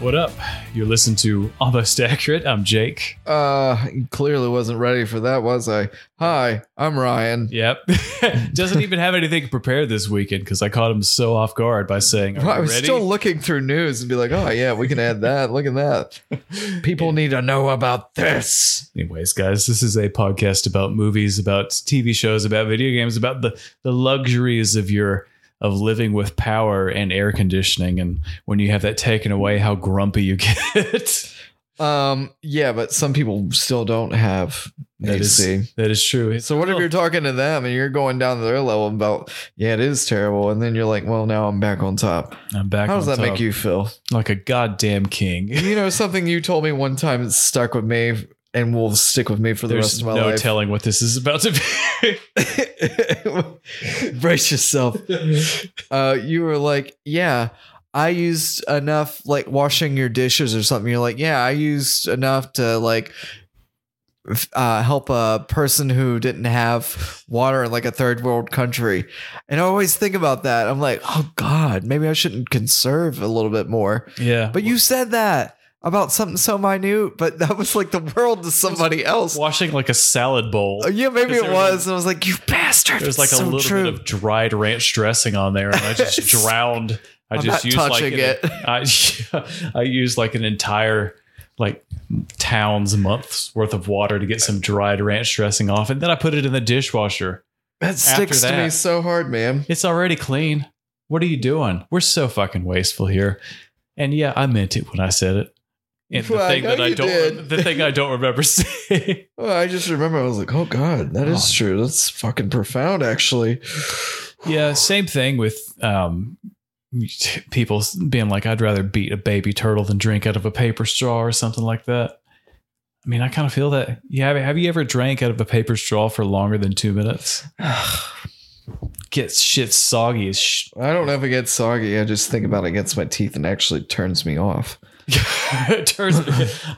What up? You're listening to Almost Accurate. I'm Jake. Uh, clearly wasn't ready for that, was I? Hi, I'm Ryan. Yep. Doesn't even have anything prepared this weekend because I caught him so off guard by saying, Are I you was ready? still looking through news and be like, oh yeah, we can add that. Look at that. People need to know about this. Anyways, guys, this is a podcast about movies, about TV shows, about video games, about the, the luxuries of your of living with power and air conditioning and when you have that taken away, how grumpy you get. Um, yeah, but some people still don't have that is AC. Oh. that is true. so what if you're talking to them and you're going down to their level about, yeah, it is terrible, and then you're like, well, now I'm back on top. I'm back. How does on that make top you feel? like a goddamn king? You know, something you told me one time that stuck with me and will stick with me for the rest There's of my no life. telling what this is about to be. Brace yourself. Uh, you were like, yeah, I used enough, like washing your dishes or something. You're like, yeah, I used enough to like f- uh, help a person who didn't have water in like a third world country. And I always think about that. I'm like, oh God, maybe I shouldn't conserve a little bit more. yeah. But you said that about something so minute, but that was like the world to somebody else. washing like a salad bowl. Oh, yeah, maybe 'Cause it there was. And I was like, you bastard. There's like it's a so little true. bit of dried ranch dressing on there, and I just drowned. I I'm just not used like touching an- it. I I used like an entire like town's month's worth of water to get some dried ranch dressing off, and then I put it in the dishwasher. that sticks to that. me so hard, man. It's already clean. What are you doing? We're so fucking wasteful here. And yeah, I meant it when I said it. And the Well, I thing know that I you don't did. the thing I don't remember saying. Well, I just remember I was like, oh God, that is Oh. true. That's fucking profound, actually. Yeah, same thing with um, people being like, I'd rather beat a baby turtle than drink out of a paper straw or something like that. I mean, I kind of feel that. Yeah, have- have you ever drank out of a paper straw for longer than two minutes? Gets shit soggy as sh- I don't know if it gets soggy. I just think about it against my teeth and actually turns me off. It turns,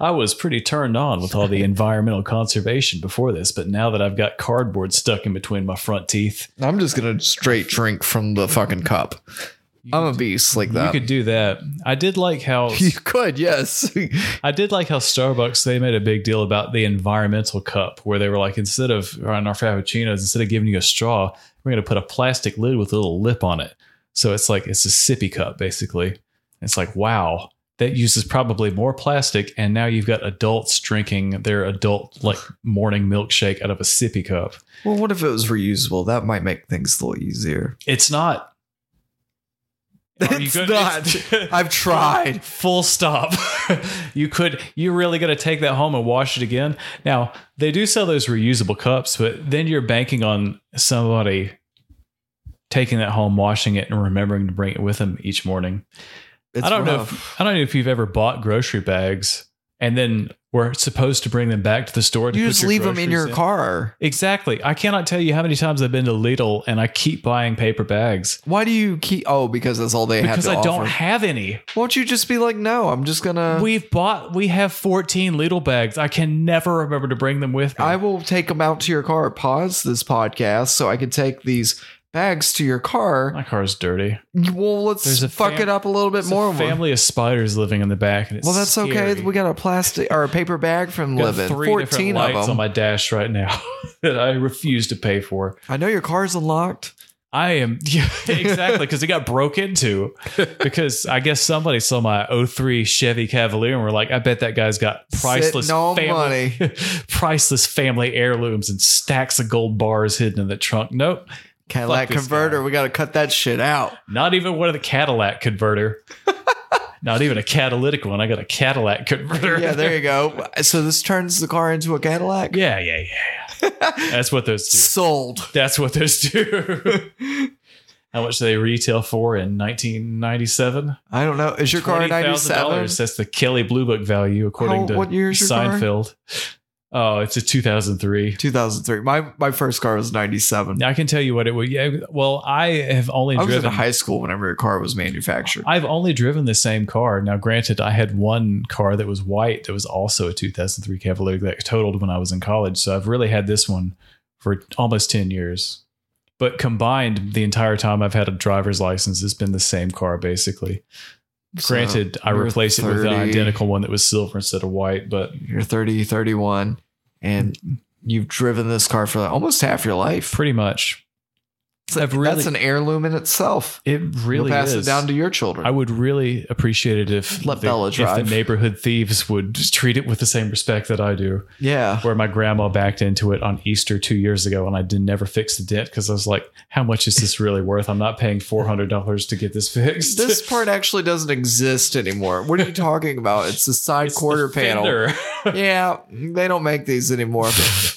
I was pretty turned on with all the environmental conservation before this, but now that I've got cardboard stuck in between my front teeth, I'm just going to straight drink from the fucking cup. I'm a beast like that. you could do that. I did like how You could, yes. I did like how Starbucks they made a big deal about the environmental cup, where they were like, instead of on our frappuccinos, instead of giving you a straw, we're going to put a plastic lid with a little lip on it. So it's like it's a sippy cup basically. It's like wow, that uses probably more plastic, and now you've got adults drinking their adult like morning milkshake out of a sippy cup. well, what if it was reusable? That might make things a little easier. It's not. Are you It's good- not. I've tried. Full stop. you could. You're really gonna take that home and wash it again. Now they do sell those reusable cups, but then you're banking on somebody taking that home, washing it, and remembering to bring it with them each morning. It's I don't know. rough. If, I don't know if you've ever bought grocery bags and then we're supposed to bring them back to the store. To You put just your leave them in groceries your car. Exactly. I cannot tell you how many times I've been to Lidl and I keep buying paper bags. Why do you keep? Oh, because that's all they have Because to I offer. don't have any. Won't you just be like, no, I'm just gonna. We've bought, we have 14 Lidl bags. I can never remember to bring them with me. I will take them out to your car. Pause this podcast so I can take these bags to your car. My car's dirty. Well, let's There's a fuck fam- it up a little bit It's more. a family of spiders living in the back. And it's well, that's okay. scary. We got a plastic or a paper bag from I've got Livin. three different Fourteen lights of on them. my dash right now that I refuse to pay for. I know your car's unlocked. I am yeah, exactly because it got broke into because I guess somebody saw my 03 Chevy Cavalier and were like, I bet that guy's got priceless Sitting on family, priceless family heirlooms and stacks of gold bars hidden in the trunk. Nope, Cadillac this converter. guy. We got to cut that shit out. not even one of the Cadillac converter. Not even a catalytic one. I got a Cadillac converter. Yeah, there you go. So this turns the car into a Cadillac. Yeah, yeah, yeah. That's what those do. Sold. That's what those do. How much they retail for in 1997? I don't know. Is your car a ninety-seven? $20,000. That's the Kelly Blue Book value, according How- to what year is your car? Seinfeld. Oh, it's a 2003. Two thousand three. My my first car was ninety-seven. Now I can tell you what it would. Yeah, well, I have only I was in driven. high school whenever a car was manufactured. I've only driven the same car. Now, granted, I had one car that was white that was also a 2003 Cavalier that totaled when I was in college. So I've really had this one for almost 10 years. But combined, the entire time I've had a driver's license, it's been the same car basically. So granted, I you're replaced it with an 30 identical one that was silver instead of white. But You're 30, 31, and you've driven this car for almost half your life. pretty much, I've really That's an heirloom in itself. it really You'll pass is. it down to your I children. would really appreciate it if Let the, Bella if the drive. neighborhood thieves would just treat it with the same respect that I do. yeah. where my grandma backed into it on Easter two years ago, and I did never fix the dent because I was like, "How much is this really worth? I'm not paying four hundred dollars to get this fixed." This part actually doesn't exist anymore. What are you talking about? It's the side It's the quarter panel. fender. Yeah, they don't make these anymore.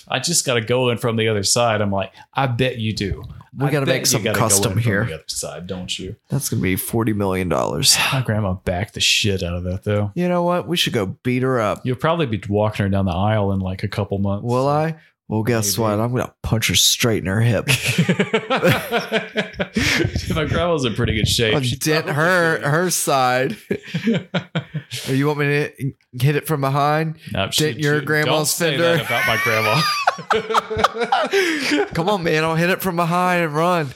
I just got to go in from the other side. I'm like, I bet you do. We I gotta bet make you something gotta go in custom from here. the other side, don't you? That's gonna be forty million dollars. My grandma backed the shit out of that though. You know what? We should go beat her up. You'll probably be walking her down the aisle in like a couple months. Will I? Well, guess Maybe. what? I'm gonna punch her straight in her hip. My grandma's in pretty good I'll shape. She dent probably her should. her side. Or you want me to hit it from behind? No, Dent your grandma's don't fender. Say that about my grandma. Come on, man! I'll hit it from behind and run.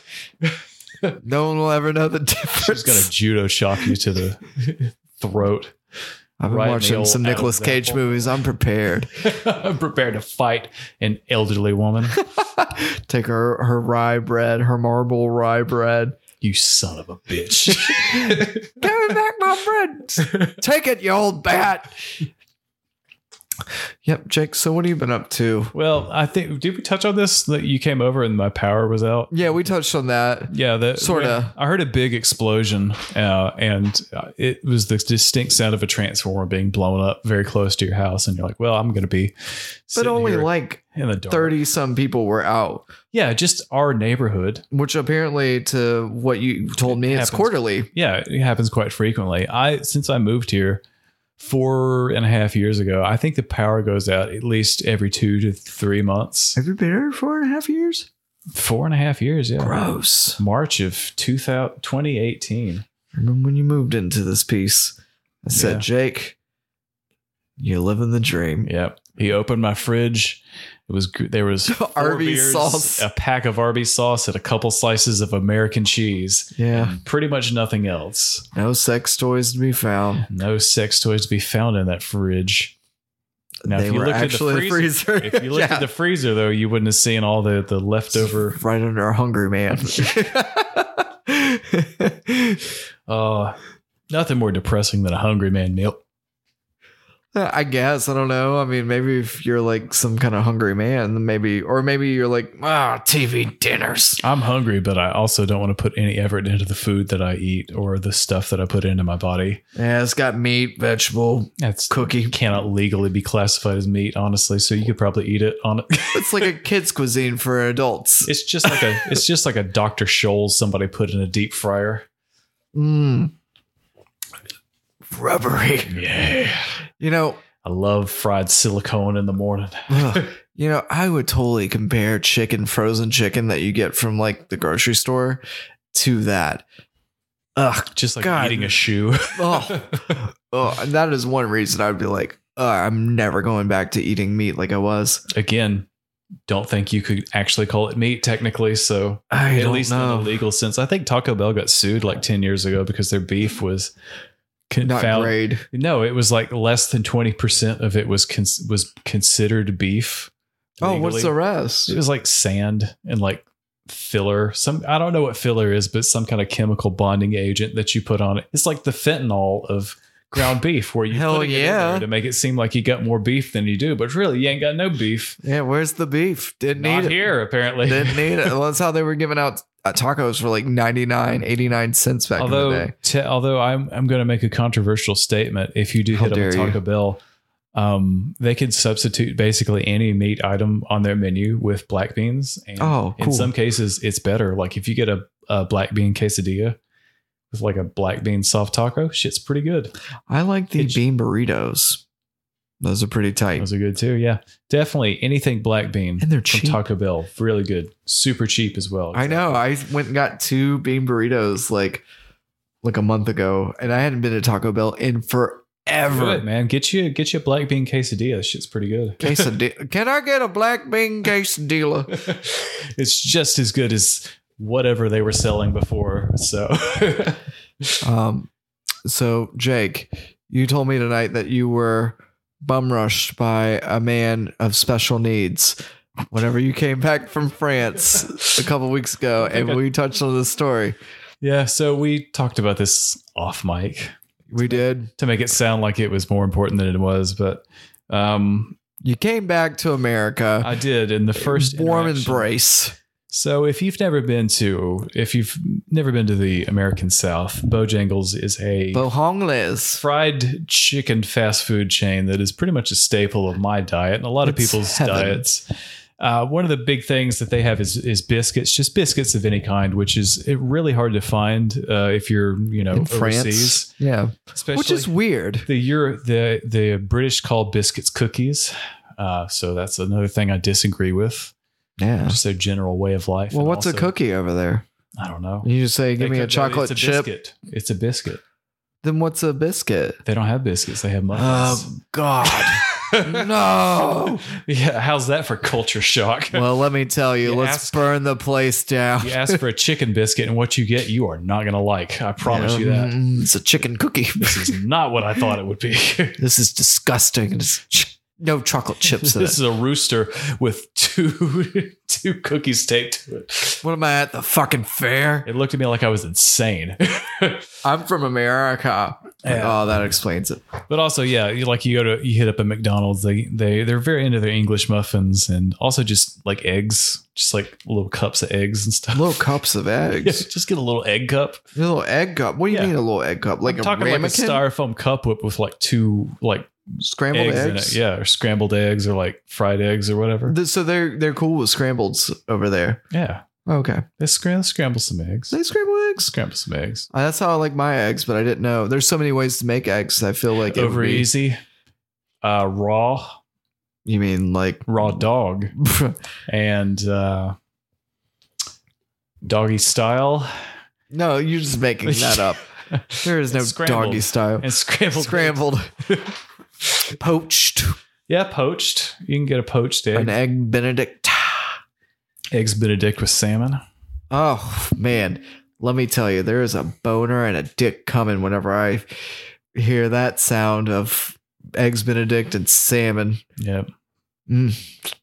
No one will ever know the difference. She's gonna judo shock you to the throat. I've been right in the watching old some Nicolas Adam's Cage apple. movies. I'm prepared. I'm prepared to fight an elderly woman. Take her her rye bread, her marble rye bread. You son of a bitch. Give me back my bread. Take it, you old bat. Yep, Jake. So what have you been up to? well, I think did we touch on this that you came over and my power was out? Yeah, we touched on that. Yeah, that Sorta. I heard a big explosion, uh, and uh, it was the distinct sound of a transformer being blown up very close to your house, and you're like, "Well, I'm gonna be," But sitting only here like in the dark. thirty some people were out, Yeah, just our neighborhood. which apparently, to what you told me, it's Happens. quarterly. yeah, it happens quite frequently. I since I moved here four and a half years ago, I think the power goes out at least every two to three months. Have you been here four and a half years? Four and a half years, yeah. Gross. March of 2000, 2018. Remember when you moved into this piece? I said, Yeah. Jake, you're living the dream. Yep. He opened my fridge. It was gr- there was four Arby's beers, sauce. a pack of Arby's sauce, and a couple slices of American cheese. Yeah. Pretty much nothing else. No sex toys to be found. No sex toys to be found in that fridge. Now, they if you were looked at the actually in the freezer- freezer. If you looked Yeah. at the freezer, though, you wouldn't have seen all the the leftover right under a hungry man. Oh, nothing more depressing than a hungry man meal. Uh, I guess. I don't know. I mean, maybe if you're like some kind of hungry man, then maybe, or maybe you're like, ah, TV dinners. I'm hungry, but I also don't want to put any effort into the food that I eat or the stuff that I put into my body. Yeah, it's got meat, vegetable, That's cookie. cannot legally be classified as meat, honestly. So you could probably eat it on it. It's like a kid's cuisine for adults. It's just like a it's just like a Dr. Scholl somebody put in a deep fryer. Mmm. Rubbery. Yeah. You know, I love fried silicone in the morning. ugh, you know, I would totally compare chicken, frozen chicken that you get from like the grocery store to that. Ugh. Just like God. eating a shoe. Oh, oh and that is one reason I'd be like, "Ugh, I'm never going back to eating meat like I was. Again, don't think you could actually call it meat technically, so I at don't least know. in a legal sense. I think Taco Bell got sued like 10 years ago because their beef was con- Not found- grade. No, it was like less than 20% of it was cons- was considered beef. Oh, what's the legally. rest? It was like sand and like filler. Some I don't know what filler is, but some kind of chemical bonding agent that you put on it. It's like the fentanyl of ground beef, where you Hell put it in yeah. there to make it seem like you got more beef than you do, but really you ain't got no beef. Yeah, where's the beef? Didn't Not need here, apparently. it. Didn't need it. Well, that's how they were giving out uh, tacos for like 99, 89 cents back in the although day. te- although I'm I'm going to make a controversial statement. If you do How hit up dare a you. Taco Bell, um, they can substitute basically any meat item on their menu with black beans. And Oh, in cool. some cases, it's better. Like if you get a, a black bean quesadilla with like a black bean soft taco, shit's pretty good. I like the It's- bean burritos. Those are pretty tight. Those are good too. Yeah, definitely anything black bean And they're from cheap. Taco Bell, really good, super cheap as well. I know. I went and got two bean burritos like like a month ago, and I hadn't been to Taco Bell Do in forever. it, man. Get you get you a black bean quesadilla. That shit's pretty good. Quesadi- Can I get a black bean quesadilla? it's just as good as whatever they were selling before. So Um, so Jake, you told me tonight that you were bum rushed by a man of special needs. Whenever you came back from France a couple weeks ago, and we touched on this story, yeah, so we talked about this off mic we did. to make it sound like it was more important than it was, but um, You came back to America, I did in the first warm interaction. embrace. So if you've never been to if you've never been to the American South, Bojangles is a Bohongles. fried chicken fast food chain that is pretty much a staple of my diet and a lot of It's people's heaven. diets. Uh, one of the big things that they have is is biscuits, just biscuits of any kind, which is eh, really hard to find uh, if you're you know In France. overseas, Yeah. especially Which is weird. the Euro, the the British call biscuits cookies. Uh, so that's another thing I disagree with. Yeah. Just their general way of life. Well, And what's a also- cookie over there? I don't know. You just say, They give me a cook- chocolate it's chip. Biscuit. It's a biscuit. Then what's a biscuit? They don't have biscuits. They have muffins. Oh, God. no. yeah, how's that for culture shock? Well, let me tell you, You let's ask- burn the place down. you ask for a chicken biscuit, and what you get, you are not going to like. I promise you that. Mm, It's a chicken cookie. This is not what I thought it would be. this is disgusting. It's ch- no chocolate chips this in is it. a rooster with two two cookies taped to it. What am I at the fucking fair? It looked at me like I was insane. I'm from America. Yeah. Oh, that explains it. but also, yeah, you like you go to you hit up a McDonald's. They they they're very into their English muffins and also just like eggs, just like little cups of eggs and stuff. Little cups of Yeah, eggs. just get a little egg cup. A little egg cup. What do you Yeah. mean a little egg cup? Like I'm a talking ramekin? like a styrofoam cup with, with like two like Scrambled eggs. in it. Yeah, or scrambled eggs or like fried eggs or whatever. Th- So they're they're cool with scrambles over there. yeah. Okay. They scramble, scramble some eggs. They scramble eggs. Scramble some eggs. Uh, That's how I like my eggs, but I didn't know. There's so many ways to make eggs. I feel like it would Over be- easy. Uh, raw, You mean like raw dog and uh, doggy style No, you're just making that up. There is no Scrambled. doggy style. and scrambled. Scrambled, poached, Yeah, poached. You can get a poached an egg. egg Benedict. Eggs Benedict with salmon. Oh man, let me tell you, there is a boner and a dick coming whenever I hear that sound of eggs Benedict and salmon. Yep. Mm.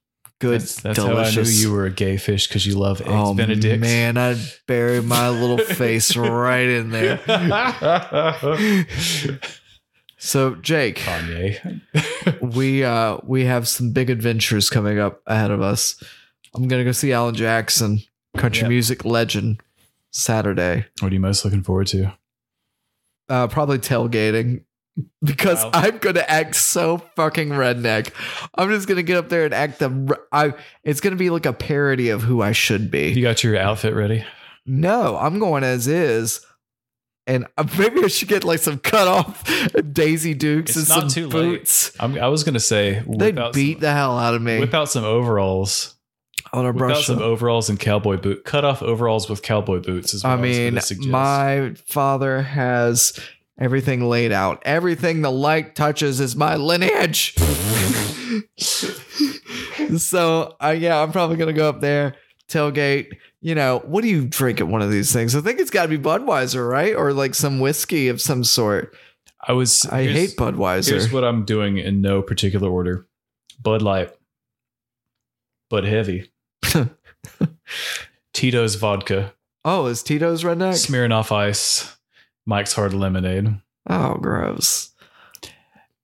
Good, That's, that's how I delicious. knew you were a gay fish because you love eggs oh Benedict. man, I buried my little face right in there. Kanye. So Oh. Jake, we uh we have some big adventures coming up ahead of us. I'm gonna go see Alan Jackson, country Yep. music legend, Saturday. What are you most looking forward to? Uh, probably tailgating because Wow. I'm gonna act so fucking redneck. I'm just gonna get up there and act the. re- I it's gonna be like a parody of who I should You be. got your outfit ready? No, I'm going as is. And uh, maybe I should get like some cut off Daisy Dukes It's and not some too late. boots. I'm, I was gonna say They whip out, beat some, the hell out of me. whip out some overalls. on a Whip out brush. some overalls and cowboy boot. Cut off overalls with cowboy boots. Is what I, I was mean, gonna suggest. my father has everything laid out. Everything the light touches is my lineage. so, I yeah, I'm probably gonna go up there tailgate. You know, what do you drink at one of these things? I think it's got to be Budweiser, right, or like some whiskey of some sort. I was. I here's- hate Budweiser. Here's what I'm doing in no particular order: Bud Light, Bud Heavy, Tito's vodka, Oh, is Tito's redneck? Smirnoff ice, Mike's hard lemonade, oh, gross.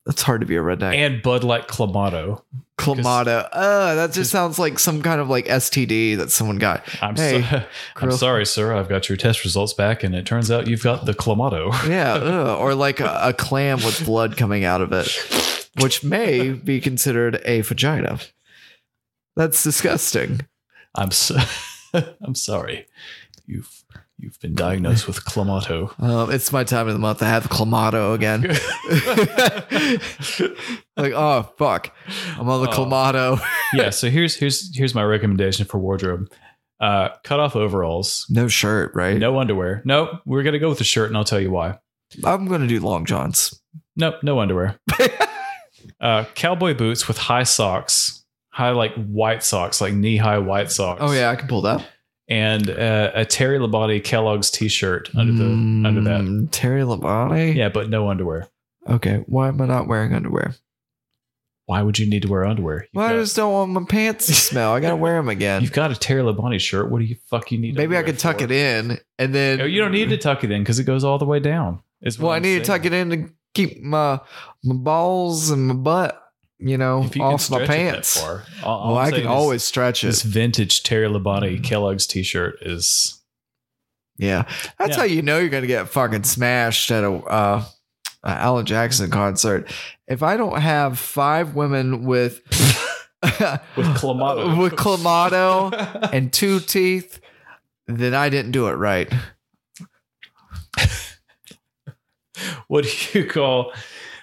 It's hard to be a redneck. and Bud Light Clamato. Clamato. Uh, that just sounds like some kind of like STD that someone got. I'm, Hey, so- I'm girl- sorry, sir. I've got your test results back, and it turns out you've got the Clamato. Yeah, ugh, or like a, a clam with blood coming out of it, which may be considered a vagina. That's disgusting. I'm so- I'm sorry. You've you've been diagnosed with Clamato. Um, it's my time of the month. I have clamato again. like, oh fuck, I'm on the Oh. clamato. yeah. So here's here's here's my recommendation for wardrobe. Uh, cut off overalls. No shirt, right? No underwear. No, we're gonna go with the shirt, and I'll tell you why. I'm gonna do long johns. Nope, no underwear. uh, cowboy boots with high socks, high like white socks, like knee high white socks. Oh yeah, I can pull that. and uh, a Terry Labonte Kellogg's T-shirt under the Mm, under that. Terry Labonte. Yeah, but no underwear. Okay. Why am I not wearing underwear? Why would you need to wear underwear? You've, Well, I got, just don't want my pants to smell. I gotta wear them again. you've got a Terry Labonte shirt. What do you fuck you need? Maybe I could tuck it in and then. Oh, You don't need to tuck it in because it goes all the way down. Is Well, what I I'm need to saying. tuck it in to keep my my balls and my butt, you know, If you can off my stretch it that pants. far. All- all Well, I'm I can saying is always Mm. stretch This it. vintage Terry Labonte Kellogg's T-shirt is Yeah, that's Yeah. how you know you're gonna get fucking smashed at a. Uh, a Alan Jackson concert. If I don't have five women with with Clamato. with clamato and two teeth, then I didn't do it right. what do you call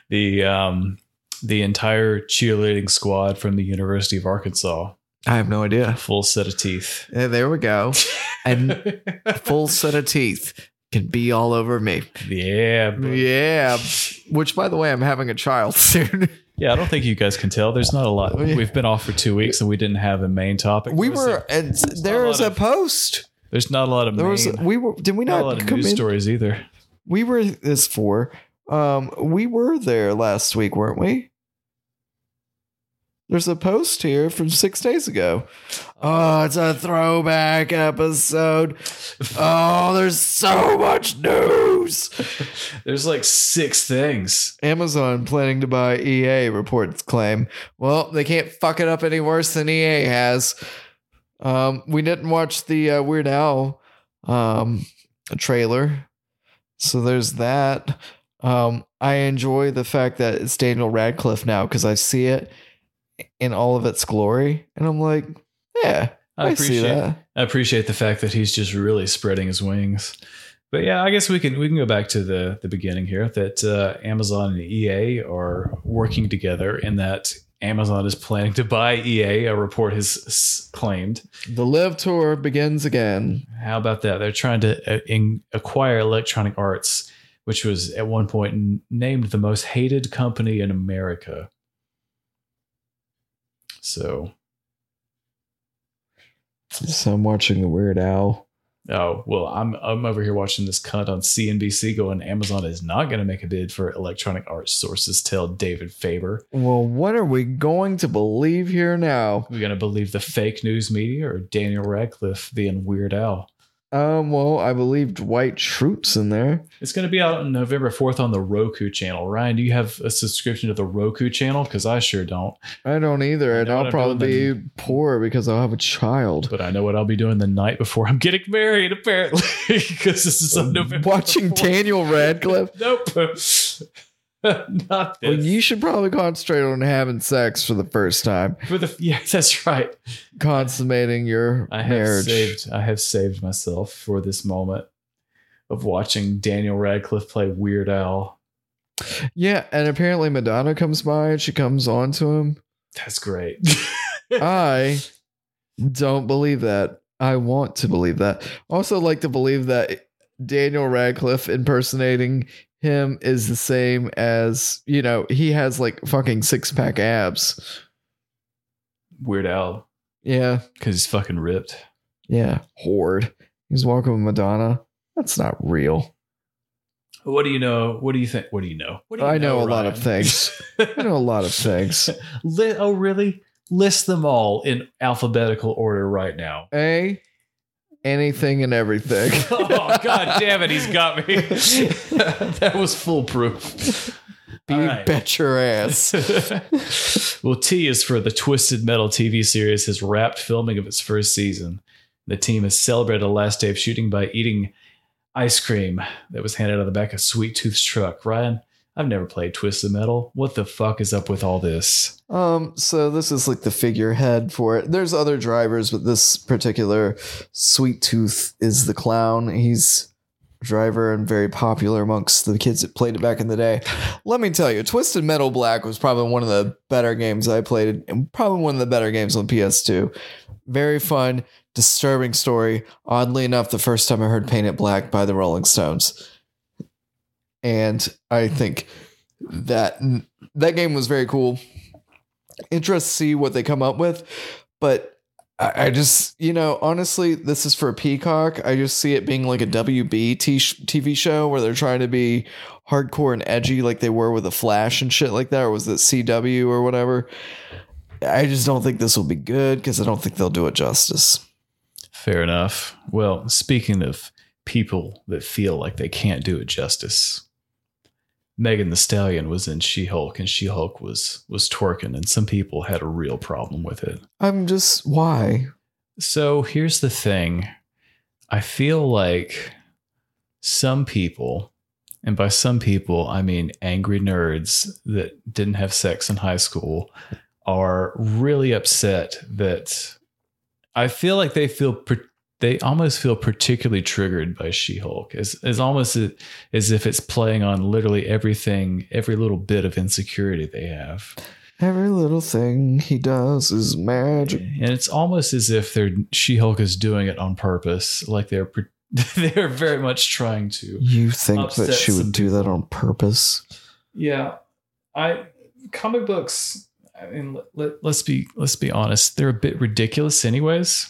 the um the entire cheerleading squad from the University of Arkansas? I have no idea. Full set of teeth. Yeah, there we go. And full set of teeth can be all over me. yeah, bro. Yeah. Which, by the way, I'm having a child soon. yeah. I don't think you guys can tell. There's not a lot. Oh, yeah. We've been off for two weeks and we didn't have a main topic. we There was a- were, and there a was lot a of- post. there's not a lot of There main, was, we were, did we not a lot not of come news in? stories either. We were this four. Um, we were there last week, weren't we? There's a post here from six days ago. Oh, it's a throwback episode. Oh, there's so much news. There's like six things. Amazon planning to buy EA reports claim. Well, they can't fuck it up any worse than EA has. Um, we didn't watch the uh, Weird Al um, trailer, so there's that. Um, I enjoy the fact that it's Daniel Radcliffe now because I see it in all of its glory, and I'm like, yeah, I, I, see appreciate that. I appreciate the fact that he's just really spreading his wings. But yeah, I guess we can we can go back to the the beginning here that uh, Amazon and EA are working together and that Amazon is planning to buy EA. A report has s- claimed. The Live Tour begins again. How about that? They're trying to uh, in, acquire Electronic Arts, which was at one point n- named the most hated company in America. So, So I'm watching the Weird Al. oh well, I'm I'm over here watching this cunt on CNBC going Amazon is not going to make a bid for Electronic Arts sources. Tell David Faber. Well, what are we going to believe here now? We're going to believe the fake news media or Daniel Radcliffe being Weird Al. Um, well, I believe Dwight Troops in there. It's going to be out on November 4th on the Roku channel. Ryan, do you have a subscription to the Roku channel? Because I sure don't. I don't either, and know what I'll I'm probably doing be poor because I'll have a child. But I know what I'll be doing the night before I'm getting married, apparently, because this is on November. Watching 4th. Daniel Radcliffe. Nope. Not this. Well, you should probably concentrate on having sex for the first time, For the yeah, that's right. consummating your I have marriage. saved. I have saved myself for this moment of watching Daniel Radcliffe play Weird Al. Yeah, and apparently Madonna comes by and she comes on to him. That's great. I don't believe that. I want to believe that. Also, like to believe that Daniel Radcliffe impersonating him is the same as you know he has like fucking six pack abs. Weird Al, Yeah, because he's fucking ripped. yeah, horde. He's walking with Madonna. That's not real. What do you know? What do you think? What do you know? What do you I know a lot Ryan? of things. I know a lot of things. Li- oh, really? List them all in alphabetical order right now. A anything and everything. oh god damn it, he's got me. that was foolproof. you bet your ass. well, T is for the Twisted Metal TV series has wrapped filming of its first season. The team has celebrated the last day of shooting by eating ice cream that was handed out of the back of Sweet Tooth's truck. Ryan, I've never played Twisted Metal. What the fuck is up with all this? Um, so this is like the figurehead for it. There's other drivers, but this particular Sweet Tooth is the clown. He's a driver and very popular amongst the kids that played it back in the day. Let me tell you, Twisted Metal Black was probably one of the better games I played, and probably one of the better games on PS2. Very fun, disturbing story. Oddly enough, the first time I heard Paint It Black by the Rolling Stones. And I think that that game was very cool interest to see what they come up with. But I, I just, you know, honestly, this is for Peacock. I just see it being like a WB t- TV show where they're trying to be hardcore and edgy like they were with The Flash and shit like that, or was it CW or whatever. I just don't think this will be good because I don't think they'll do it justice. Fair enough. Well, speaking of people that feel like they can't do it justice. Megan the Stallion was in She Hulk and She Hulk was was twerking and some people had a real problem with it. I'm just, why? So here's the thing. I feel like some people, and by some people I mean angry nerds that didn't have sex in high school, are really upset that I feel like they feel per- they almost feel particularly triggered by She-Hulk. It's, it's almost a, as if it's playing on literally everything, every little bit of insecurity they have. Every little thing he does is magic. And it's almost as if they're She-Hulk is doing it on purpose, like they're pre- they're very much trying to. You think that Upset she would some do that on purpose? Yeah, I comic books. I mean, let, let, let's be let's be honest. They're a bit ridiculous, anyways.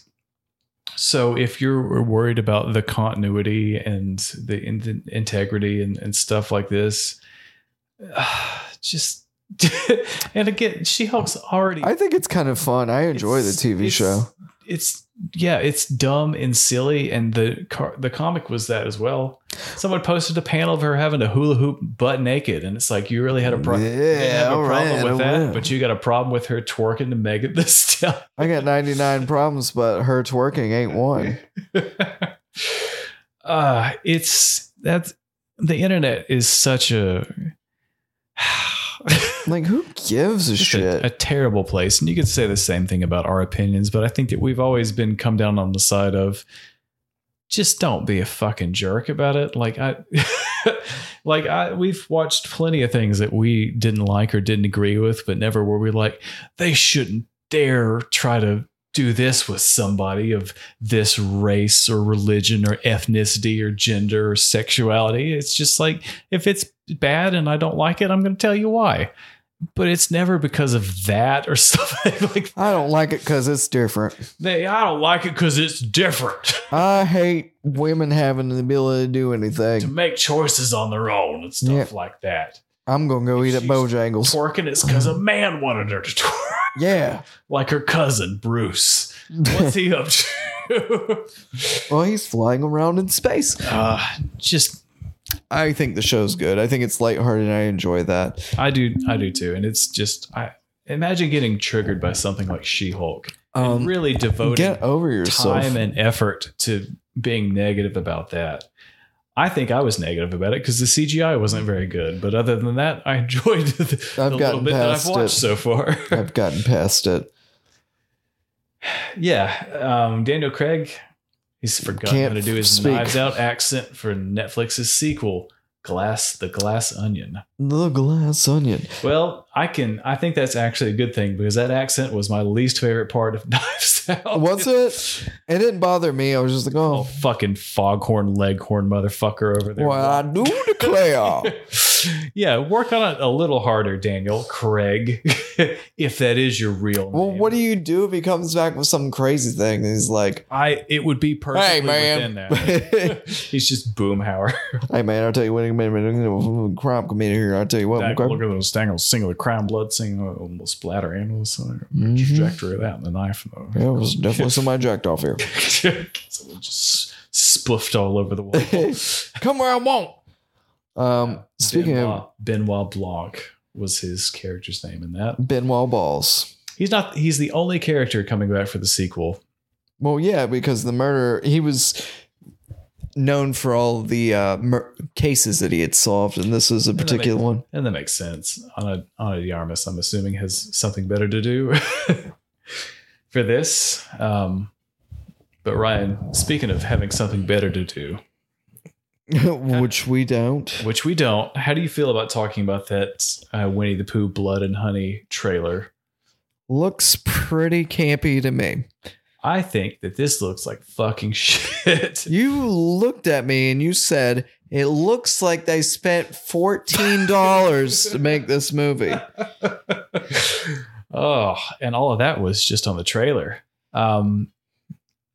So if you're worried about the continuity and the, in, the integrity and, and stuff like this, uh, just and again, She Hulk's already. I think it's kind of fun. I enjoy it's- the TV it's- show. It's yeah, it's dumb and silly, and the car, the comic was that as well. Someone posted a panel of her having to hula hoop butt naked, and it's like you really had a, pro- you didn't Yeah, have a all problem right, with I that, will. but you got a problem with her twerking to Megan the Stallion. I got 99 problems, but her twerking ain't one. uh it's that's the internet is such a Like, who gives a just a, a shit? terrible place and you could say the same thing about our opinions but i think that we've always been come down on the side of just don't be a fucking jerk about it like i like i we've watched plenty of things that we didn't like or didn't agree with but never were we like they shouldn't dare try to do this with somebody of this race or religion or ethnicity or gender or sexuality it's just like if it's bad and i don't like it i'm going to tell you why but it's never because of that or something like I don't like it because it's different. they i don't like it because it's different I hate women having the ability to do to anything. make choices on their own and stuff like that I'm going to go eat at She's- Bojangles. twerking it's because a man wanted her to twerk Yeah. like her cousin bruce what's he up to Well, he's flying around in space. uh, just I think the show's good. I think it's lighthearted. and I enjoy that. I do, I do too, and it's just I imagine getting triggered by something like She-Hulk and Um, really devoting get over yourself. time and effort to being negative about that. I think I was negative about it because the CGI wasn't very good, but other than that, I enjoyed the, the little gotten bit that I've past watched it. so far. I've gotten past it. yeah, um, Daniel Craig, he's forgotten Can't how to do his speak. Knives Out accent for Netflix's sequel, Glass, the Glass Onion. The glass onion. Well, I can. I think that's actually a good thing because that accent was my least favorite part of Knives Out. Was it? It didn't bother me. I was just like, Oh, oh, fucking foghorn leghorn motherfucker over there. well, I do declare. yeah, work on it a little harder, Daniel Craig, if that is your real Well, name. what do you do if he comes back with some crazy thing? And he's like, I it would be perfectly "Hey man, within that. He's just Boomhauer. hey man, I'll tell you what, I'm gonna crime committee here. I'll tell you what, That, okay. Look at those dangles, singular crown blood, singular almost splatter animals, on Mhm. the trajectory of that and the knife. yeah, it was definitely somebody jacked off here. Someone just spoofed all over the wall. Uh, Come where I won't. Um, speaking Benoit, of Benoit Blanc was his character's name in that. Benoit balls, He's not. He's the only character coming back for the sequel. well, yeah, because the murder he was known for all the uh, mur- cases that he had solved, and this was a that particular makes- one. And that makes sense. Ana Ana de Armas, I'm assuming, has something better to do for this. Um, but Ryan, speaking of having something better to do, which we don't. which we don't, how do you feel about talking about that uh, Winnie the Pooh Blood and Honey trailer? Looks pretty campy to me. I think that this looks like fucking shit. You looked at me and you said, "It looks like they spent fourteen dollars to make this movie." oh, and all of that was just on the trailer. Um,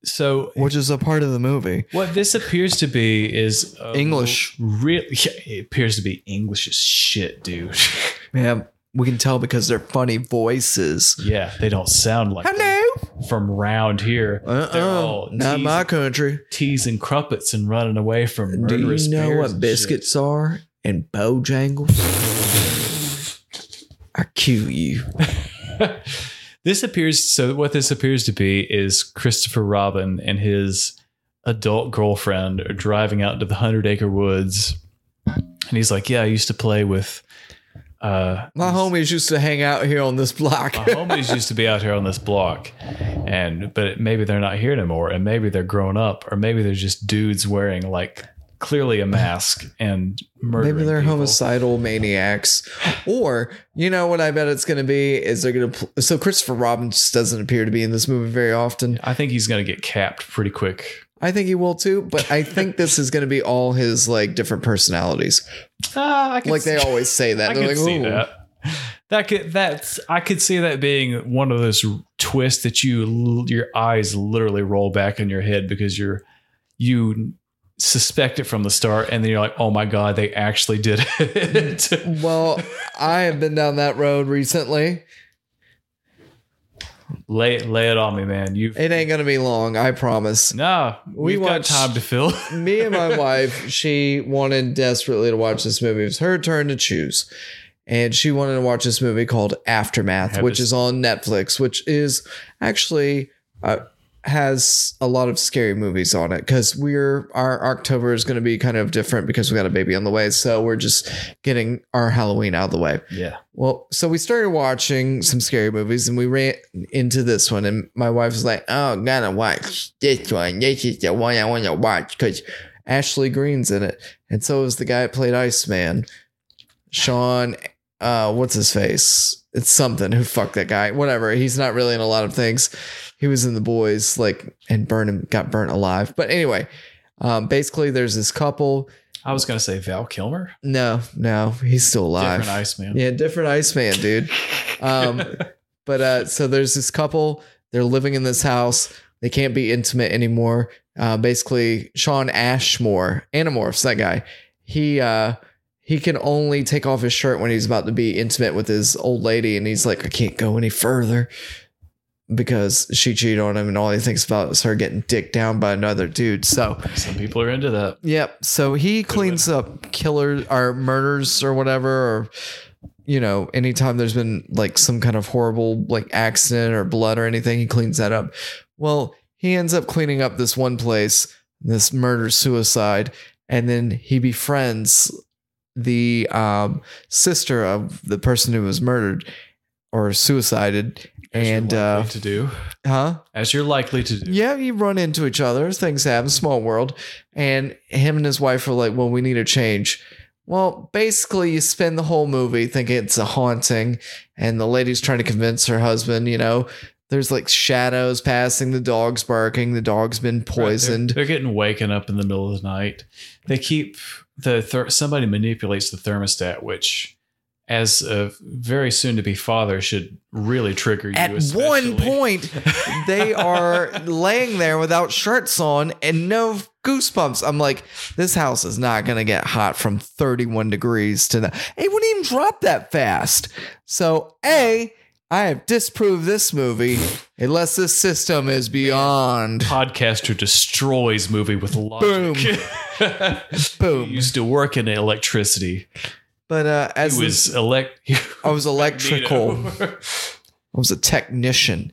so which is a part of the movie. What this appears to be is a English. Real, yeah, it appears to be English as shit, dude. Man, we can tell because they're funny voices. yeah, they don't sound like they're from round here. They're all Uh-uh, not teas- my country. teas and crumpets and running away from Do murderous you know bears what and biscuits are and bojangles? I cue you. shit. this appears so. What this appears to be is Christopher Robin and his adult girlfriend are driving out to the Hundred Acre Woods, and he's like, "Yeah, I used to play with." Uh, My homies used to hang out here on this block. my homies used to be out here on this block and but it, maybe they're not here anymore and maybe they're grown up or maybe they're just dudes wearing like clearly a mask and murdering Maybe they're people. homicidal maniacs, or you know what? I bet it's going to be is they're going to. Pl- so Christopher Robin just doesn't appear to be in this movie very often. i think he's going to get capped pretty quick I think he will too, but I think this is going to be all his like different personalities. ah, I could Like they see- always say that. i They're could like, see "Ooh." that that could that's i could see that being one of those twists that you l- your eyes literally roll back in your head because you're you suspect it from the start and then you're like oh my god they actually did it Well, I have been down that road recently. Lay lay it on me, man. You It ain't gonna be long, I promise. no, We we have got watched- time to fill. Me and my wife, she wanted desperately to watch this movie. It was her turn to choose. And she wanted to watch this movie called Aftermath, Have which this- is on Netflix, which is actually uh, has a lot of scary movies on it because we're our October is going to be kind of different because we got a baby on the way. So we're just getting our Halloween out of the way. yeah, Well, so we started watching some scary movies and we ran into this one. And my wife was like, Oh, gotta watch this one. This is the one I want to watch because Ashley Green's in it. And so is the guy that played Iceman, Sean. Uh, what's his face? It's something. Who fucked that guy? Whatever. He's not really in a lot of things. He was in the boys, like, and burned him, got burnt alive. But anyway, um, basically, there's this couple. I was gonna say Val Kilmer, No, no, he's still alive. different Iceman. Yeah, different Iceman, dude. Um, but uh, so there's this couple. They're living in this house. They can't be intimate anymore. Uh, basically, Sean Ashmore, Animorphs, that guy. He uh, he can only take off his shirt when he's about to be intimate with his old lady, and he's like, I can't go any further because she cheated on him, and all he thinks about is her getting dicked down by another dude. So Some people are into that. Yep. So he cleans up killers or murders or whatever, or you know, anytime there's been like some kind of horrible like accident or blood or anything, he cleans that up. Well, he ends up cleaning up this one place, this murder suicide, and then he befriends the um, sister of the person who was murdered or suicided, as you're and likely uh, to do huh? as you're likely to do. Yeah, you run into each other. Things happen. Small world. And him and his wife are like, "Well, we need a change." Well, basically, you spend the whole movie thinking it's a haunting, and the lady's trying to convince her husband, you know, There's like shadows passing, the dog's barking, the dog's been poisoned. They're, they're getting waken up in the middle of the night. They keep the ther- somebody manipulates the thermostat, which, as a very soon to be father, should really trigger you. At especially. one point, they are laying there without shirts on and no goosebumps. I'm like, this house is not going to get hot from 31 degrees to that. It wouldn't even drop that fast. So, A, I have disproved this movie unless this system is beyond. podcaster destroys movie with logic. Boom, Boom. used to work in electricity. But uh, He as this- was elect. I was electrical. Magneto. I was a technician.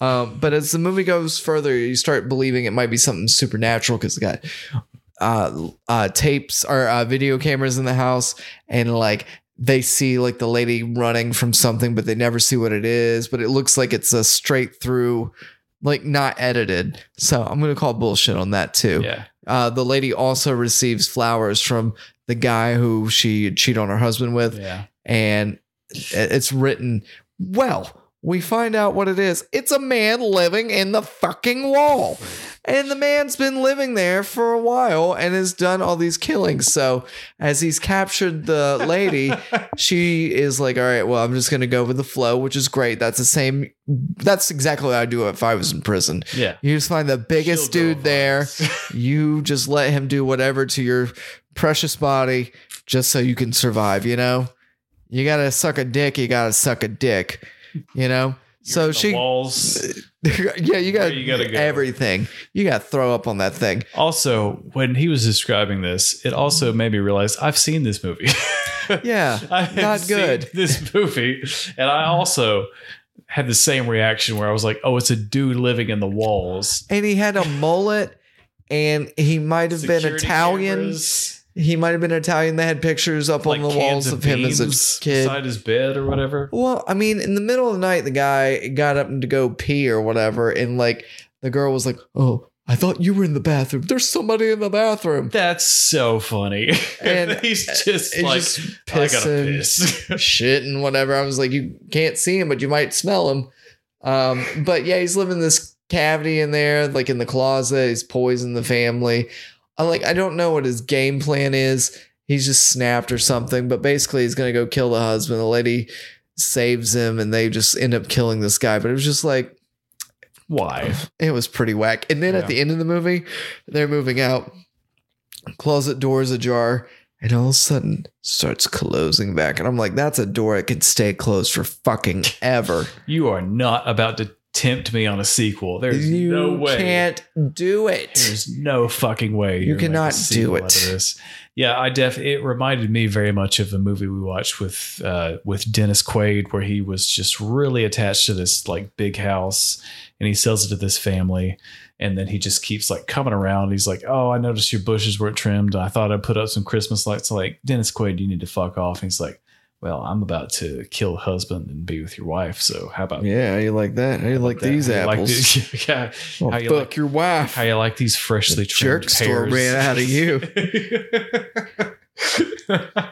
Um, but as the movie goes further, you start believing it might be something supernatural because it got uh, uh, tapes or uh, video cameras in the house, and like they see like the lady running from something, but they never see what it is. But it looks like it's a straight through, like not edited. So I'm gonna call bullshit on that too. yeah. Uh, the lady also receives flowers from the guy who she cheated on her husband with Yeah. and it's written well we find out what it is it's a man living in the fucking wall and the man's been living there for a while and has done all these killings so as he's captured the lady she is like all right well i'm just going to go with the flow which is great that's the same that's exactly what i would do if i was in prison Yeah. you just find the biggest She'll go dude there violence. you just let him do whatever to your precious body just so you can survive, you know? You gotta suck a dick, you gotta suck a dick, you know? so The she, walls. yeah, you gotta, you gotta go. everything. You gotta throw up on that thing. Also, when he was describing this, it also made me realize I've seen this movie. Yeah, I have not seen good. This movie, and I also had the same reaction where I was like, "Oh, it's a dude living in the walls." And he had a mullet and he might have been Security Italian. cameras, He might have been Italian. They had pictures up like on the cans walls of, him as beans a kid. beside his bed or whatever. Well, I mean, in the middle of the night, the guy got up to go pee or whatever, and like the girl was like, "Oh, I thought you were in the bathroom. There's somebody in the bathroom." That's so funny. And, And he's just it's like, just I gotta pissing. piss. Shit and whatever. I was like, you can't see him, but you might smell him. Um, but yeah, he's living in this cavity in there, like in the closet. He's poisoned the family. I like, I don't know what his game plan is. He's just snapped or something. But basically, he's gonna go kill the husband. The lady saves him, and they just end up killing this guy. But it was just like. Why? It was pretty whack. And then Yeah. at the end of the movie, they're moving out, closet doors ajar, and all of a sudden starts closing back. And I'm like, that's a door that could stay closed for fucking ever. You are not about to tempt me on a sequel. There's you no way. can't do it. There's no fucking way. You you're gonna cannot make a sequel do it. out of this. Yeah, I def. It reminded me very much of a movie we watched with uh, with Dennis Quaid, where he was just really attached to this like big house, and he sells it to this family, and then he just keeps like coming around. He's like, "Oh, I noticed your bushes weren't trimmed. I thought I'd put up some Christmas lights." Like Dennis Quaid, you need to fuck off. And he's like, "Well, I'm about to kill husband and be with your wife. So how about Yeah, how you like that? How you like that? these How you like apples? this?" yeah. Oh, How you fuck like- your wife. How you like these freshly The trimmed jerk store pears? ran out of you.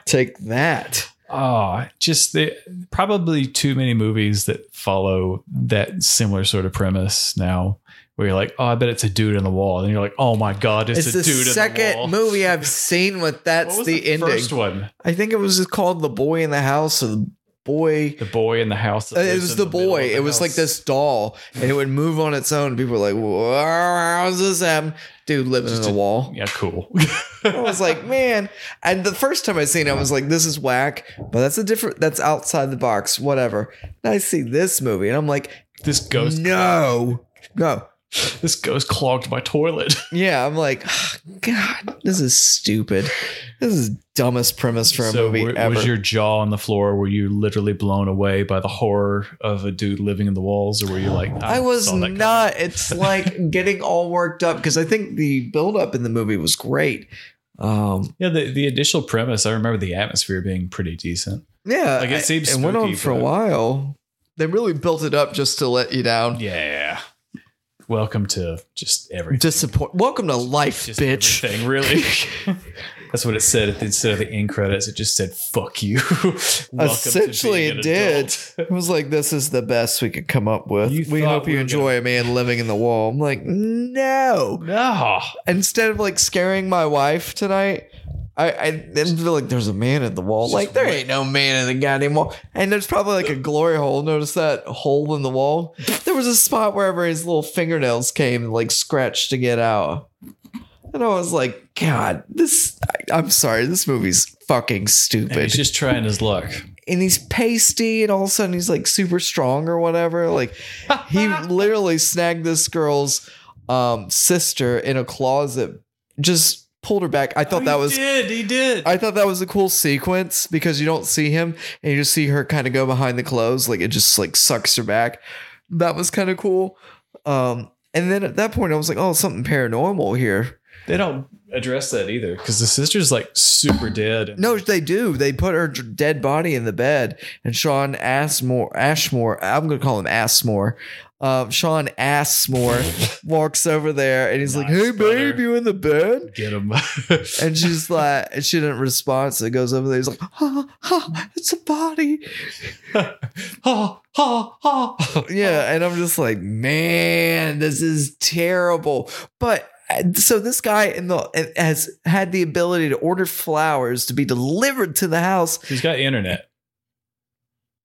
Take that. Ah, just the probably too many movies that follow that similar sort of premise now, where you're like, oh, I bet it's a dude in the wall, and you're like, oh my god, it's, It's, a the dude in the wall. second movie I've seen with What that's was the, ending. First one, I think it was called The Boy in the House or The Boy. the boy in the house. that Uh, It lives was in the, middle boy. of the it was like house. this doll, and it would move on its own. People were like, "Whoa, "How's this happen?" Dude living in Just the a- wall. Uh, Yeah, cool. I was like, "Man!" And the first time I seen it, I was like, "This is whack," but that's a different. That's outside the box. Whatever. And I see this movie, and I'm like, this ghost, "No, no." this ghost clogged my toilet. Yeah, I'm like, "God, this is stupid. This is dumbest premise for a movie wa- ever." was your jaw on the floor? Were you literally blown away by the horror of a dude living in the walls, or were you like, "Oh, I was saw that coming." not. It's like getting all worked up because I think the buildup in the movie was great. Um, Yeah, the, the initial premise, I remember the atmosphere being pretty decent. yeah, Like, it seems and went on spooky, for a but- while. They really built it up just to let you down. Yeah. welcome to just everything. Disappoint. Welcome to life, Just bitch. everything, really. That's what it said at the- instead of the end credits. It just said "fuck you." Welcome to being Essentially, an it did. adult. It was like, this is the best we could come up with. You we thought hope we you were enjoy a man living in the wall. I'm like, no. no, Instead of like scaring my wife tonight, I, I didn't feel like there's a man at the wall. Like, there ain't no man in the goddamn wall. And there's probably like a glory hole. Notice that hole in the wall? There was a spot wherever his little fingernails came and like scratched to get out. And I was like, God, this, I, I'm sorry, this movie's fucking and stupid he's just trying his luck. and he's pasty and all of a sudden he's like super strong or whatever like he literally snagged this girl's um sister in a closet just pulled her back i thought that was he Oh, did. He did. i thought that was a cool sequence because you don't see him and you just see her kind of go behind the clothes like it just like sucks her back that was kind of cool um and then at that point i was like oh something paranormal here they don't address that either because the sister's like super dead. and- No, they do. They put her d- dead body in the bed, and Sean Ashmore, Ashmore, I'm going to call him Ashmore. Uh, Sean Ashmore walks over there, and he's like, Nice, "Hey, brother." babe, you in the bed?" get him. And she's like, and she didn't respond. So he goes over there. He's like, "Ha ha, it's a body." ha ha ha. Yeah, and I'm just like, man, this is terrible. But uh, so this guy in the uh, has had the ability to order flowers to be delivered to the house He's got internet.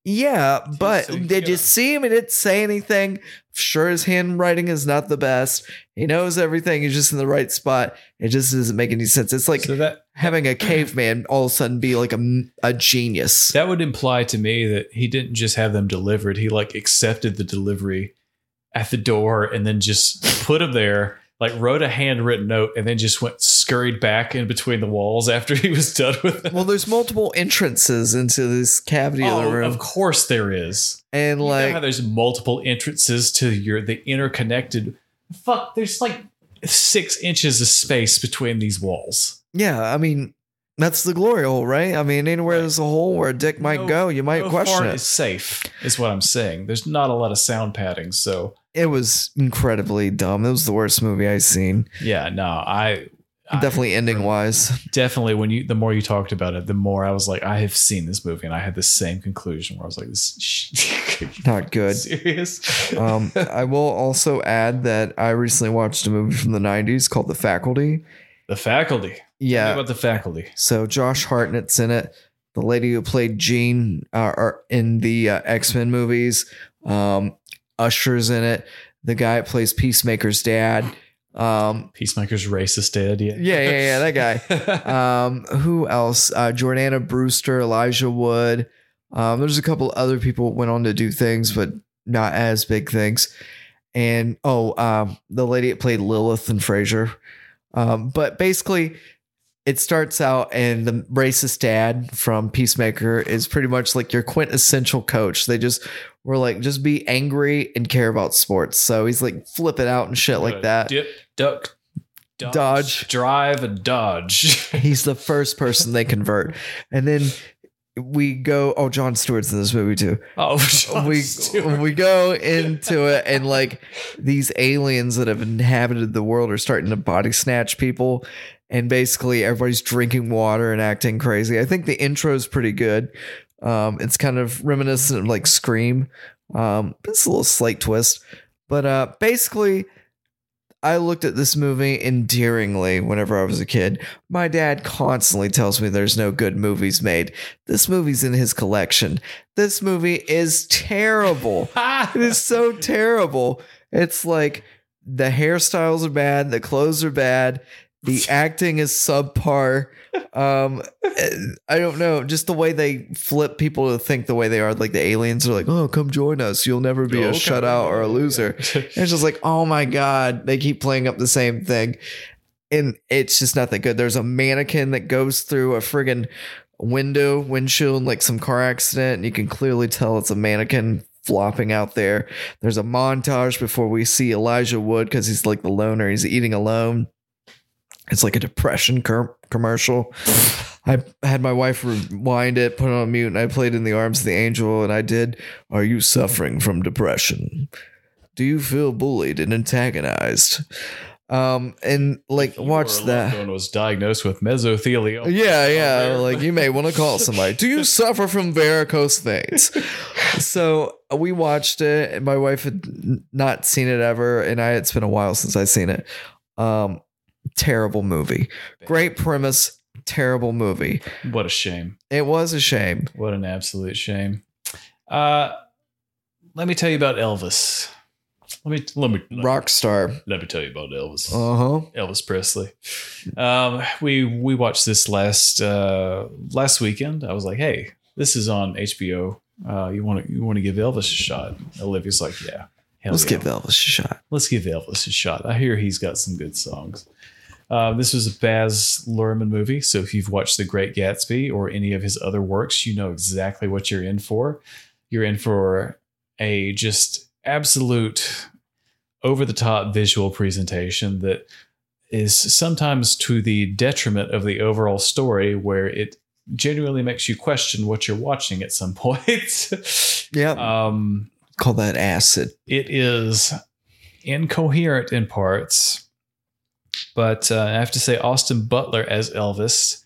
Yeah, but so you did you can't- see him? He didn't say anything. Sure, his handwriting is not the best. He knows everything. He's just in the right spot. It just doesn't make any sense. It's like so that having a caveman all of a sudden be like a, a genius. That would imply to me that he didn't just have them delivered. He like accepted the delivery at the door and then just put them there, like wrote a handwritten note and then just went scurried back in between the walls after he was done with it. Well, there's multiple entrances into this cavity of Oh, the room, of course there is. and You know like how there's multiple entrances to your the interconnected fuck, there's like six inches of space between these walls. yeah, I mean that's the glory hole, right? I mean anywhere Right. there's a hole where a dick might No- go, you might So question far it. is safe, is what I'm saying. There's not a lot of sound padding, so It was incredibly dumb. It was the worst movie I've seen. Yeah, no, I I- Definitely ending wise. definitely when you the more you talked about it, the more I was like, I have seen this movie, and I had the same conclusion where I was like, this sh- Not good. serious. um, I will also add that I recently watched a movie from the 90s called The Faculty. the faculty. What Yeah. about the faculty? So Josh Hartnett's in it. The lady who played Jean uh, are in the uh, X Men movies. Um, Usher's in it. The guy that plays Peacemaker's dad. Um, Peacemaker's racist dad. Yeah, yeah, yeah, yeah, that guy. guy. Um, who else? Uh, Jordana Brewster, Elijah Wood. Um, there's a couple other people that went on to do things, but not as big things. And oh, um, the lady that played Lilith and Frasier. Um, but basically, it starts out, and the racist dad from Peacemaker is pretty much like your quintessential coach. They just were like, just be angry and care about sports. So he's like flipping out and shit like that. Dip, duck, dodge, Dodge. drive, and dodge. He's the first person they convert. And then we go oh John Stewart's in this movie too. oh, John we Stewart. we go into it and like these aliens that have inhabited the world are starting to body snatch people and basically everybody's drinking water and acting crazy. I think the intro's pretty good. Um it's kind of reminiscent of like Scream. Um it's a little slight twist. But uh basically I looked at this movie endearingly whenever I was a kid. My dad constantly tells me there's no good movies made. This movie's in his collection. This movie is terrible. Ah! it is so terrible. It's like the hairstyles are bad, the clothes are bad, the acting is subpar. Um, I don't know, just the way they flip people to think the way they are. Like the aliens are like, "Oh, come join us. You'll never be a Oh, Okay. shutout or a loser." And it's just like, oh my God, they keep playing up the same thing. And it's just not that good. There's a mannequin that goes through a friggin' window, windshield, like some car accident, and you can clearly tell it's a mannequin flopping out there. There's a montage before we see Elijah Wood because he's like the loner, he's eating alone. It's like a depression cur- commercial. I had my wife rewind it, put it on mute, and I played in the arms of the angel, and I did. Are you suffering from depression? Do you feel bullied and antagonized? Um, and like, watch Your loved that. One was diagnosed with mesothelioma. Yeah, yeah. There. Like you may want to call somebody. Do you suffer from varicose veins? so uh, we watched it, and my wife had n- not seen it ever, and I it's been a while since I've seen it. Um, terrible movie. Great premise. Terrible movie. What a shame. It was a shame. What an absolute shame. Uh, let me tell you about Elvis. Let me let me let, Rock star. let me tell you about Elvis. Uh huh. Elvis Presley. Um, we we watched this last uh, last weekend. I was like, hey, this is on HBO. Uh, you want to you want to give Elvis a shot? Olivia's like, yeah, hell Let's yeah. give Elvis a shot. let's give Elvis a shot. I hear he's got some good songs. Uh, this was a Baz Luhrmann movie, so if you've watched The Great Gatsby or any of his other works, you know exactly what you're in for. You're in for a just absolute over the top visual presentation that is sometimes to the detriment of the overall story, where it genuinely makes you question what you're watching at some point. Yeah. um, Call that acid. it is incoherent in parts, but uh, I have to say, Austin Butler as Elvis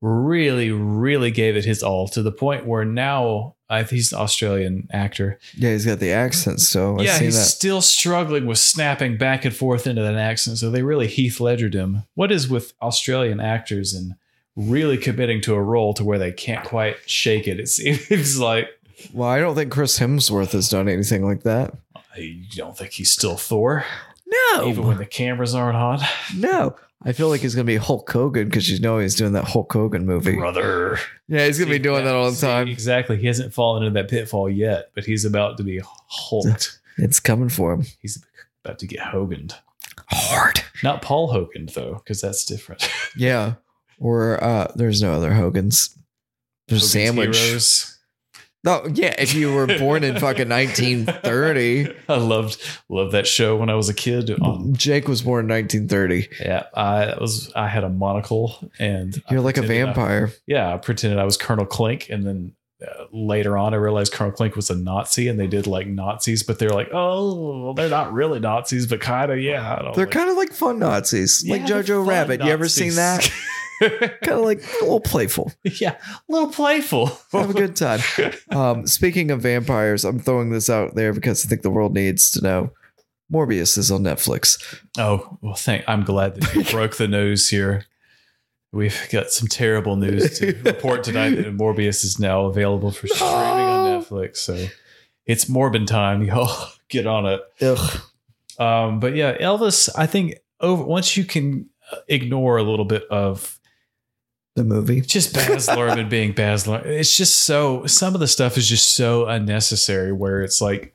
really, really gave it his all to the point where now I think he's an Australian actor. Yeah, he's got the accent. So I yeah, see he's Oh, that. still struggling with snapping back and forth into that accent. So they really Heath Ledgered him. What is with Australian actors and really committing to a role to where they can't quite shake it? It seems like Well, I don't think Chris Hemsworth has done anything like that. I don't think he's still Thor, No. even when the cameras aren't on. No. I feel like he's gonna be Hulk Hogan because you know he's doing that Hulk Hogan movie. brother. Yeah, he's gonna be doing that all the See, time. Exactly. He hasn't fallen into that pitfall yet, but he's about to be hulked. It's coming for him he's about to get hoganed. hard. Not Paul Hogan though, because that's different. Yeah. Or uh there's no other Hogans. There's Hogan's sandwich. Heroes. No, yeah. If you were born in fucking 1930, I loved loved that show when I was a kid. Um, Jake was born in 1930. yeah, I was. I had a monocle, and I You're like a pretended I- vampire. yeah, I pretended I was Colonel Clink, and then uh, later on, I realized Colonel Clink was a Nazi, and they did like Nazis, but they're like, oh, well, they're not really Nazis, but kind of, yeah. I don't Oh, They're like- kind of like fun Nazis, like Yeah, they're Jojo fun Rabbit. You ever seen Nazis. that? kind of like a little playful. yeah, a little playful. Have a good time. Um, speaking of vampires, I'm throwing this out there because I think the world needs to know. Morbius is on Netflix. oh well, thank. I'm glad that you broke the news here. We've got some terrible news to report tonight that Morbius is now available for streaming on No. Netflix. So it's Morbin time, y'all. Get on it. Ugh. Um, but yeah, Elvis. I think over once you can uh, ignore a little bit of The movie. just Baz Luhrmann being Baz Luhrmann. It's just so some of the stuff is just so unnecessary. Where it's like,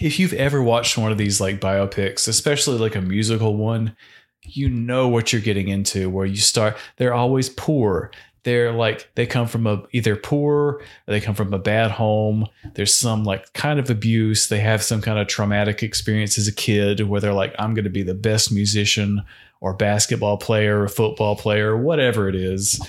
if you've ever watched one of these like biopics, especially like a musical one, you know what you're getting into. Where you start, they're always poor. They're like they come from a either poor or they come from a bad home. There's some like kind of abuse. They have some kind of traumatic experience as a kid where they're like, I'm going to be the best musician or basketball player or football player, whatever it is.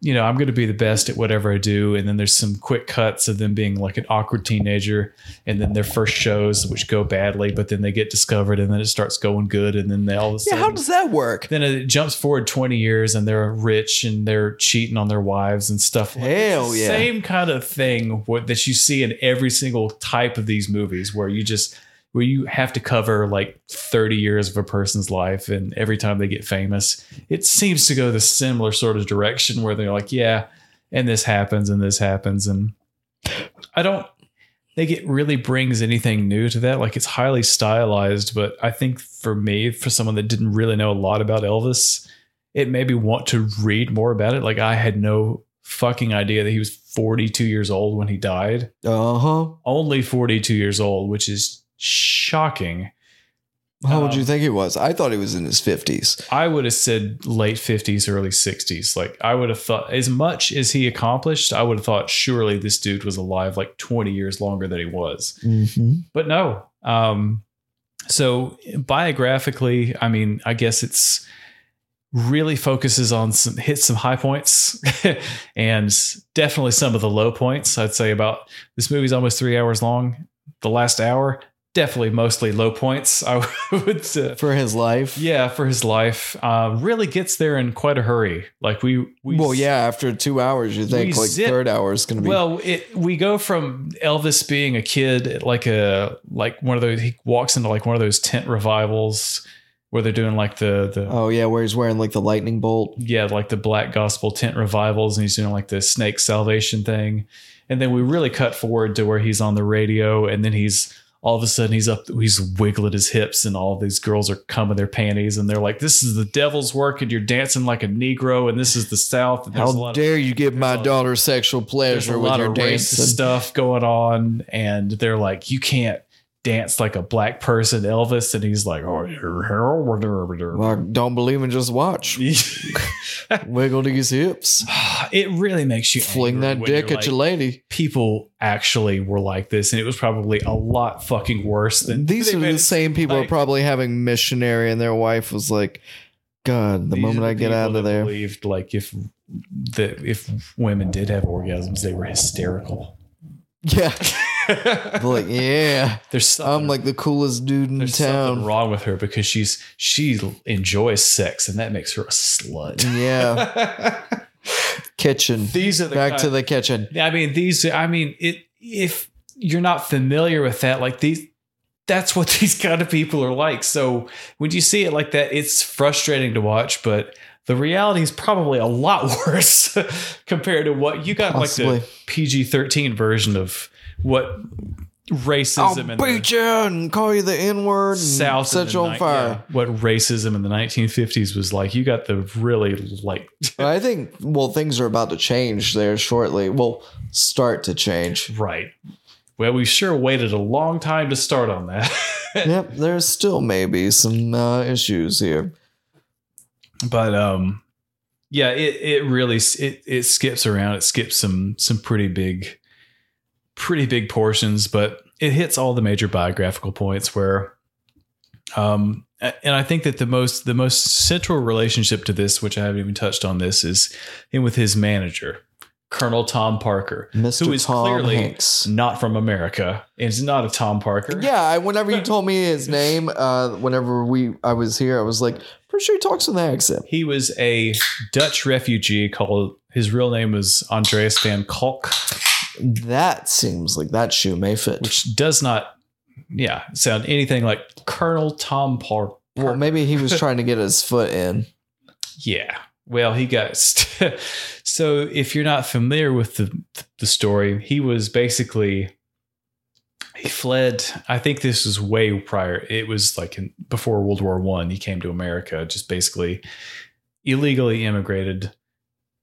You know, I'm going to be the best at whatever I do. And then there's some quick cuts of them being like an awkward teenager and then their first shows, which go badly, but then they get discovered and then it starts going good. And then they all of a Yeah, sudden, how does that work? then it jumps forward 20 years and they're rich and they're cheating on their wives and stuff. like- Hell it's the yeah. Same kind of thing what, that you see in every single type of these movies where you just where you have to cover like 30 years of a person's life and every time they get famous it seems to go the similar sort of direction where they're like yeah and this happens and this happens and I don't think it really brings anything new to that. Like it's highly stylized, but I think for me, for someone that didn't really know a lot about Elvis, it made me want to read more about it. Like I had no fucking idea that he was 42 years old when he died. Uh huh. Only 42 years old, which is shocking. How would Um, you think he was? I thought he was in his 50s. I would have said late 50s, early 60s. Like I would have thought as much as he accomplished, I would have thought surely this dude was alive like 20 years longer than he was. Mm-hmm. but no. Um, so biographically, I mean, I guess it's really focuses on some hits some high points and definitely some of the low points. I'd say about this movie's almost three hours long. The last hour, definitely mostly low points. I would say. for his life. yeah, for his life, um, really gets there in quite a hurry. Like we, we Well, yeah. After two hours, you think we like zip- third hour is gonna be Well, it, we go from Elvis being a kid, like a like one of those. He walks into like one of those tent revivals where they're doing like the the Oh yeah, where he's wearing like the lightning bolt. yeah, like the black gospel tent revivals, and he's doing like the snake salvation thing. And then we really cut forward to where he's on the radio, and then he's all of a sudden he's up, he's wiggling his hips, and all these girls are coming their panties, and they're like, "This is the devil's work, and you're dancing like a Negro, and this is the South." And there's a How lot dare you give my there's a- daughter sexual there's pleasure a with lot your of racist dancing? stuff going on, and they're like, "You can't." Dance like a black person, Elvis, and he's like, oh, Well, I don't believe and just watch. Wiggle to his hips. it really makes you Fling angry that when dick you're at like, your lady. people actually were like this, and it was probably a lot fucking worse than These they are made the it- same people like- are probably having missionary, and their wife was like, "God, the these moment are I get people out of that there, Believed like if that if women did have orgasms, they were hysterical. yeah, like yeah, There's something, I'm like the coolest dude in there's something town." wrong with her because she's she enjoys sex, and that makes her a slut. Yeah, kitchen. These are the Back kind- to the kitchen. I mean, these. I mean, it. If you're not familiar with that, like these, that's what these kind of people are like. So when you see it like that, it's frustrating to watch, but the reality is probably a lot worse compared to what you got, Possibly. like the PG-13 version of what I'll racism and the beat you and call you the N word and South in set the you on ni- fire. yeah, what racism in the 1950s was like. You got the really like I think well things are about to change there shortly. Well, start to change. right. Well, we sure waited a long time to start on that. yep, there's still maybe some uh, issues here. but um yeah it it really it it skips around it skips some some pretty big pretty big portions but it hits all the major biographical points where um a- and i think that the most the most central relationship to this which i haven't even touched on this is him with his manager colonel tom parker Mr. who is Tom clearly Hanks. not from america and is not a tom parker Yeah, I, whenever you told me his name, uh, whenever we I was here, I was like, pretty sure he talks with an accent. He was a Dutch refugee called his real name was Andreas van Kalk, That seems like that shoe may fit. which does not yeah, sound anything like Colonel Tom Park. Well, maybe he was trying to get his foot in. Yeah. Well, he got st- so if you're not familiar with the the story, he was basically he fled. I think this was way prior. It was like in, before World War One. He came to America, just basically illegally immigrated,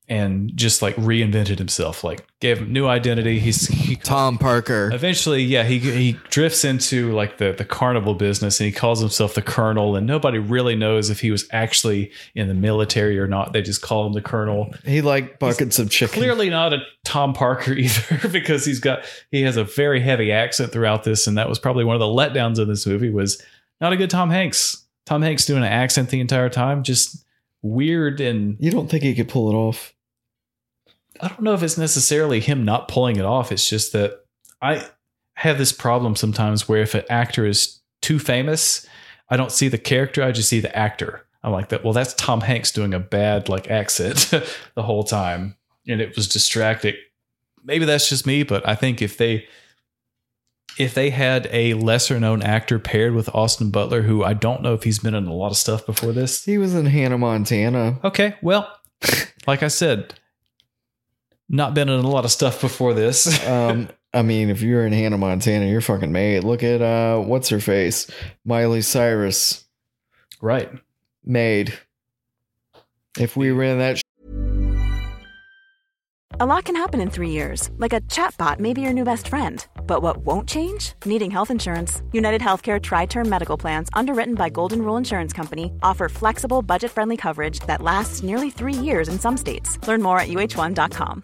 and just like reinvented himself. Like gave him new identity. He's he Tom Parker. Eventually, yeah, he he drifts into like the the carnival business, and he calls himself the Colonel, and nobody really knows if he was actually in the military or not. They just call him the Colonel. He liked buckets of chicken. Clearly, not a Tom Parker either, because he's got he has a very heavy accent throughout this, and that was probably one of the letdowns of this movie was not a good Tom Hanks. Tom Hanks doing an accent the entire time, just weird and You don't think he could pull it off? I don't know if it's necessarily him not pulling it off. It's just that I have this problem sometimes where if an actor is too famous, I don't see the character, I just see the actor. I'm like that. Well, that's Tom Hanks doing a bad like accent the whole time, and it was distracting. Maybe that's just me, but I think if they if they had a lesser known actor paired with Austin Butler, who I don't know if he's been in a lot of stuff before this, He was in Hannah Montana. Okay, well, like I said, not been in a lot of stuff before this. um, I mean, if you're in Hannah Montana, you're fucking made. Look at uh, what's her face, Miley Cyrus, Right. made. If we ran that A lot can happen in three years, like a chatbot may be your new best friend. But what won't change? Needing health insurance. United Healthcare Tri Term Medical Plans, underwritten by Golden Rule Insurance Company, offer flexible, budget friendly coverage that lasts nearly three years in some states. Learn more at uh1.com.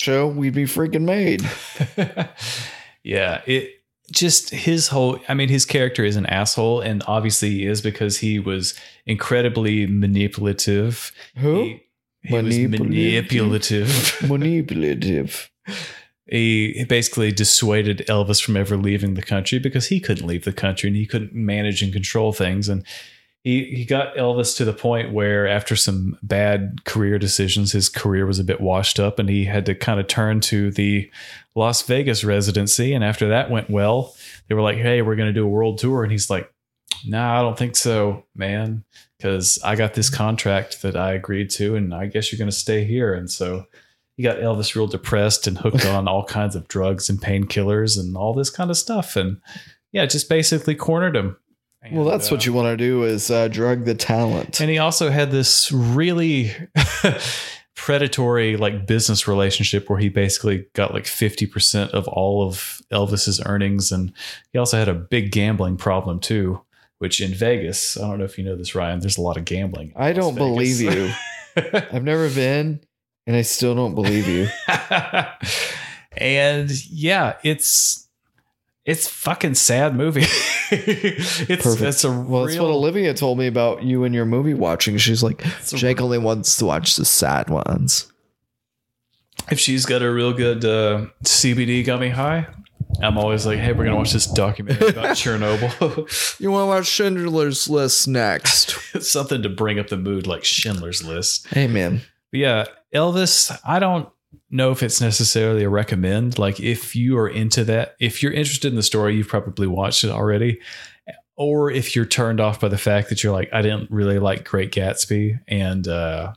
show, we'd be freaking made. yeah, it just his whole I mean his character is an asshole and obviously he is because he was incredibly manipulative. Who? He, he was Manipulative. manipulative. Manipulative. he he basically dissuaded Elvis from ever leaving the country because he couldn't leave the country and he couldn't manage and control things. And he, he got Elvis to the point where, after some bad career decisions, his career was a bit washed up and he had to kind of turn to the Las Vegas residency. And after that went well, they were like, hey, we're going to do a world tour. And he's like, nah, I don't think so, man, because I got this contract that I agreed to and I guess you're going to stay here. And so he got Elvis real depressed and hooked on all kinds of drugs and painkillers and all this kind of stuff. And yeah, just basically cornered him. Well, that's And, uh, what you want to do is uh, drug the talent. and he also had this really predatory like business relationship where he basically got like 50% of all of Elvis's earnings and he also had a big gambling problem too, which in Vegas, I don't know if you know this Ryan, there's a lot of gambling. in I Las don't Vegas. believe you. I've never been, and I still don't believe you. and yeah, it's it's fucking sad movie. it's Perfect. it's a Well, that's what real Olivia told me about you and your movie watching. She's like, a- Jake only wants to watch the sad ones. if she's got a real good uh, CBD gummy high, I'm always like, hey, we're gonna watch this documentary about Chernobyl. You want to watch Schindler's List next? it's something to bring up the mood, like Schindler's List. hey, man. But yeah, Elvis, I don't know if it's necessarily a recommend. Like, if you are into that, if you're interested in the story, you've probably watched it already. Or if you're turned off by the fact that you're like, I didn't really like Great Gatsby, and uh,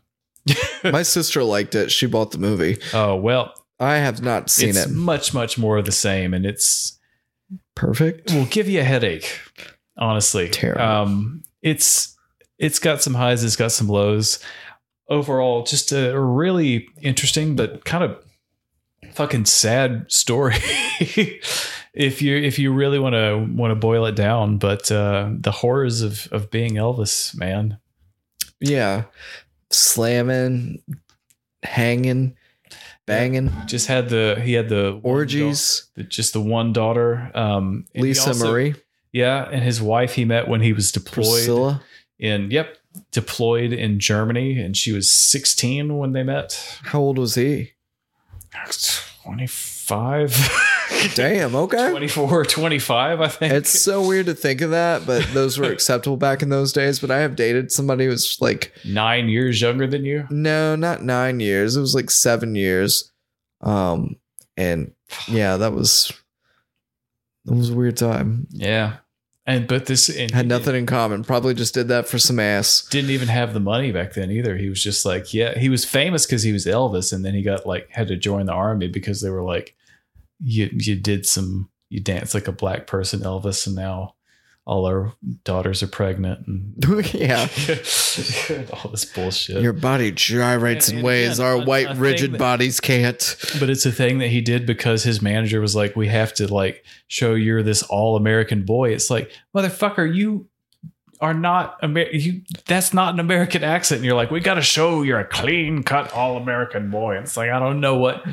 My sister liked it. She bought the movie. oh well, I have not seen it's it. much much more of the same, and it's Perfect. will give you a headache. Honestly, Terrible. Um, it's it's got some highs, it's got some lows. Overall, just a really interesting but kind of fucking sad story. if you if you really want to want to boil it down, but uh, the horrors of of being Elvis, man. Yeah. Slamming, hanging, banging, Just had the he had the one orgies, da- just the one daughter, um, and he Lisa also- Marie, yeah, and his wife he met when he was deployed. Priscilla. in yep deployed in germany and she was 16 when they met How old was he? 25 Damn, okay. 24 25 i think It's so weird to think of that, but those were acceptable back in those days. But I have dated somebody who was like, nine years younger than you no, not nine years. It was like seven years. Um, and yeah, that was that was a weird time. yeah and but this and Had he nothing in common. Probably just did that for some ass. didn't even have the money back then either he was just like yeah he was famous because he was elvis and then he got like had to join the army because they were like you you did some you dance like a black person elvis and now all our daughters are pregnant and yeah. all this bullshit Your body gyrates And- in and ways again, our a- white, a thing rigid that- bodies can't. But it's a thing that he did because his manager was like, "We have to like show you're this all American boy." It's like, motherfucker, you are not Amer- you that's not an American accent. And you're like, we got to show you're a clean cut all American boy. It's like I don't know what.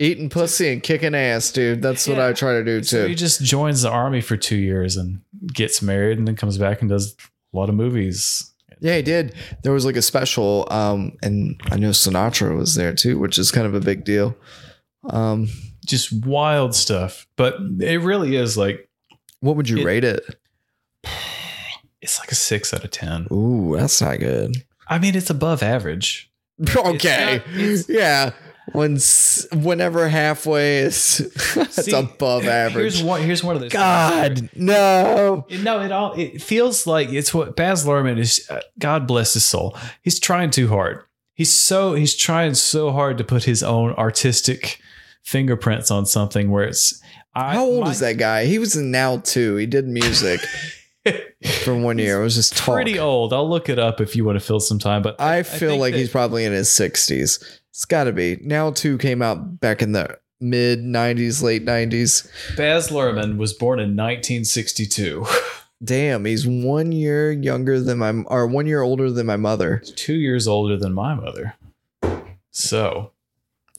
Eating pussy and kicking ass, dude. That's what I Yeah. try to do So he too. just joins the army for two years and gets married, and then comes back and does a lot of movies. Yeah, he did. There was like a special, um, and I know Sinatra was there too, which is kind of a big deal. Um, Just wild stuff, but it really is like what would you It- rate it? it's like a six out of ten. Ooh, that's not good. I mean, it's above average. Okay, not- it's- yeah. When s- whenever halfway is, it's See, above Here's average. one. Here's one of those. God, no. It- No, it all. It feels like it's what Baz Luhrmann is. uh, God bless his soul. He's trying too hard. He's so he's trying so hard to put his own artistic fingerprints on something where it's. I, How old my- is that guy? He was in Now too. He did music. from one year. It was just talk. Pretty old. I'll look it up if you want to fill some time. But I feel think like that- he's probably in his 60s. It's got to be. Now 2 came out back in the mid 90s, late 90s. Baz Luhrmann was born in 1962, Damn, he's 1 year younger than my or 1 year older than my mother. two years older than my mother. So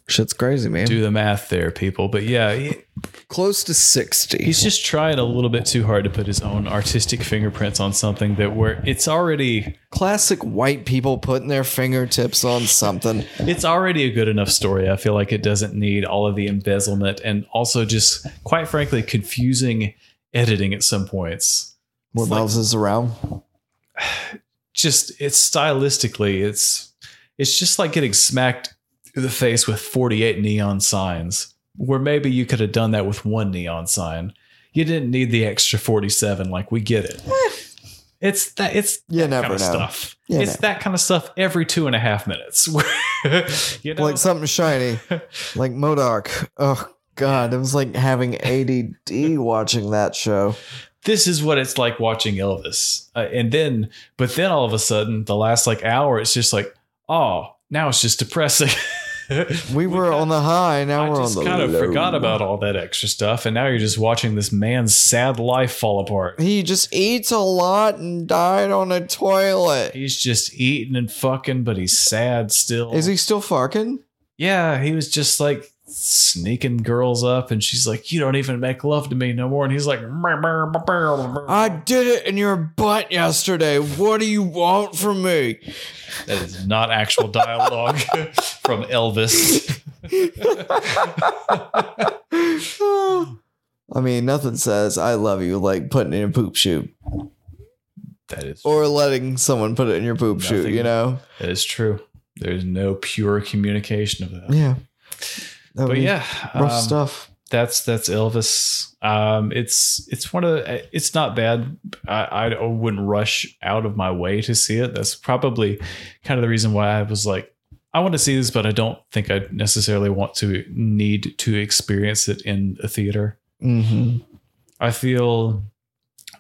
Shit's crazy, man. do the math there, people. But yeah, he- Close to 60. He's just trying a little bit too hard to put his own artistic fingerprints on something that where it's already classic white people putting their fingertips on something. it's already a good enough story. I feel like it doesn't need all of the embezzlement and also just quite frankly confusing editing at some points. What else is around? Just it's stylistically it's it's just like getting smacked in the face with 48 neon signs where maybe you could have done that with one neon sign. You didn't need the extra 47 like we get it. It's that it's You that never kind of know. stuff. You it's that kind of stuff every two and a half minutes. you know, Like something shiny, like Modoc. Oh God, it was like having ADD watching that show. this is what it's like watching Elvis. Uh, and then, but then all of a sudden, the last like hour, it's just like, oh, now it's just depressing. We were on the high, now I we're just on the kind of low. forgot about all that extra stuff, and now you're just watching this man's sad life fall apart. He just eats a lot and died on a toilet. He's just eating and fucking, but he's sad still. Is he still farking? yeah, he was just like sneaking girls up, and she's like, "You don't even make love to me no more," and he's like, Uh, I did it in your butt yesterday. What do you want from me? That is not actual dialogue from Elvis. I mean, nothing says I love you like putting in a poop shoot That is or letting someone put it in your poop shoot, Nothing. you know? that is true. There's no pure communication of that. Yeah. I But mean, yeah, rough um, stuff. That's that's Elvis. Um, it's it's one of the, it's not bad. I, I wouldn't rush out of my way to see it. That's probably kind of the reason why I was like, I want to see this, but I don't think I necessarily want to need to experience it in a theater. hmm I feel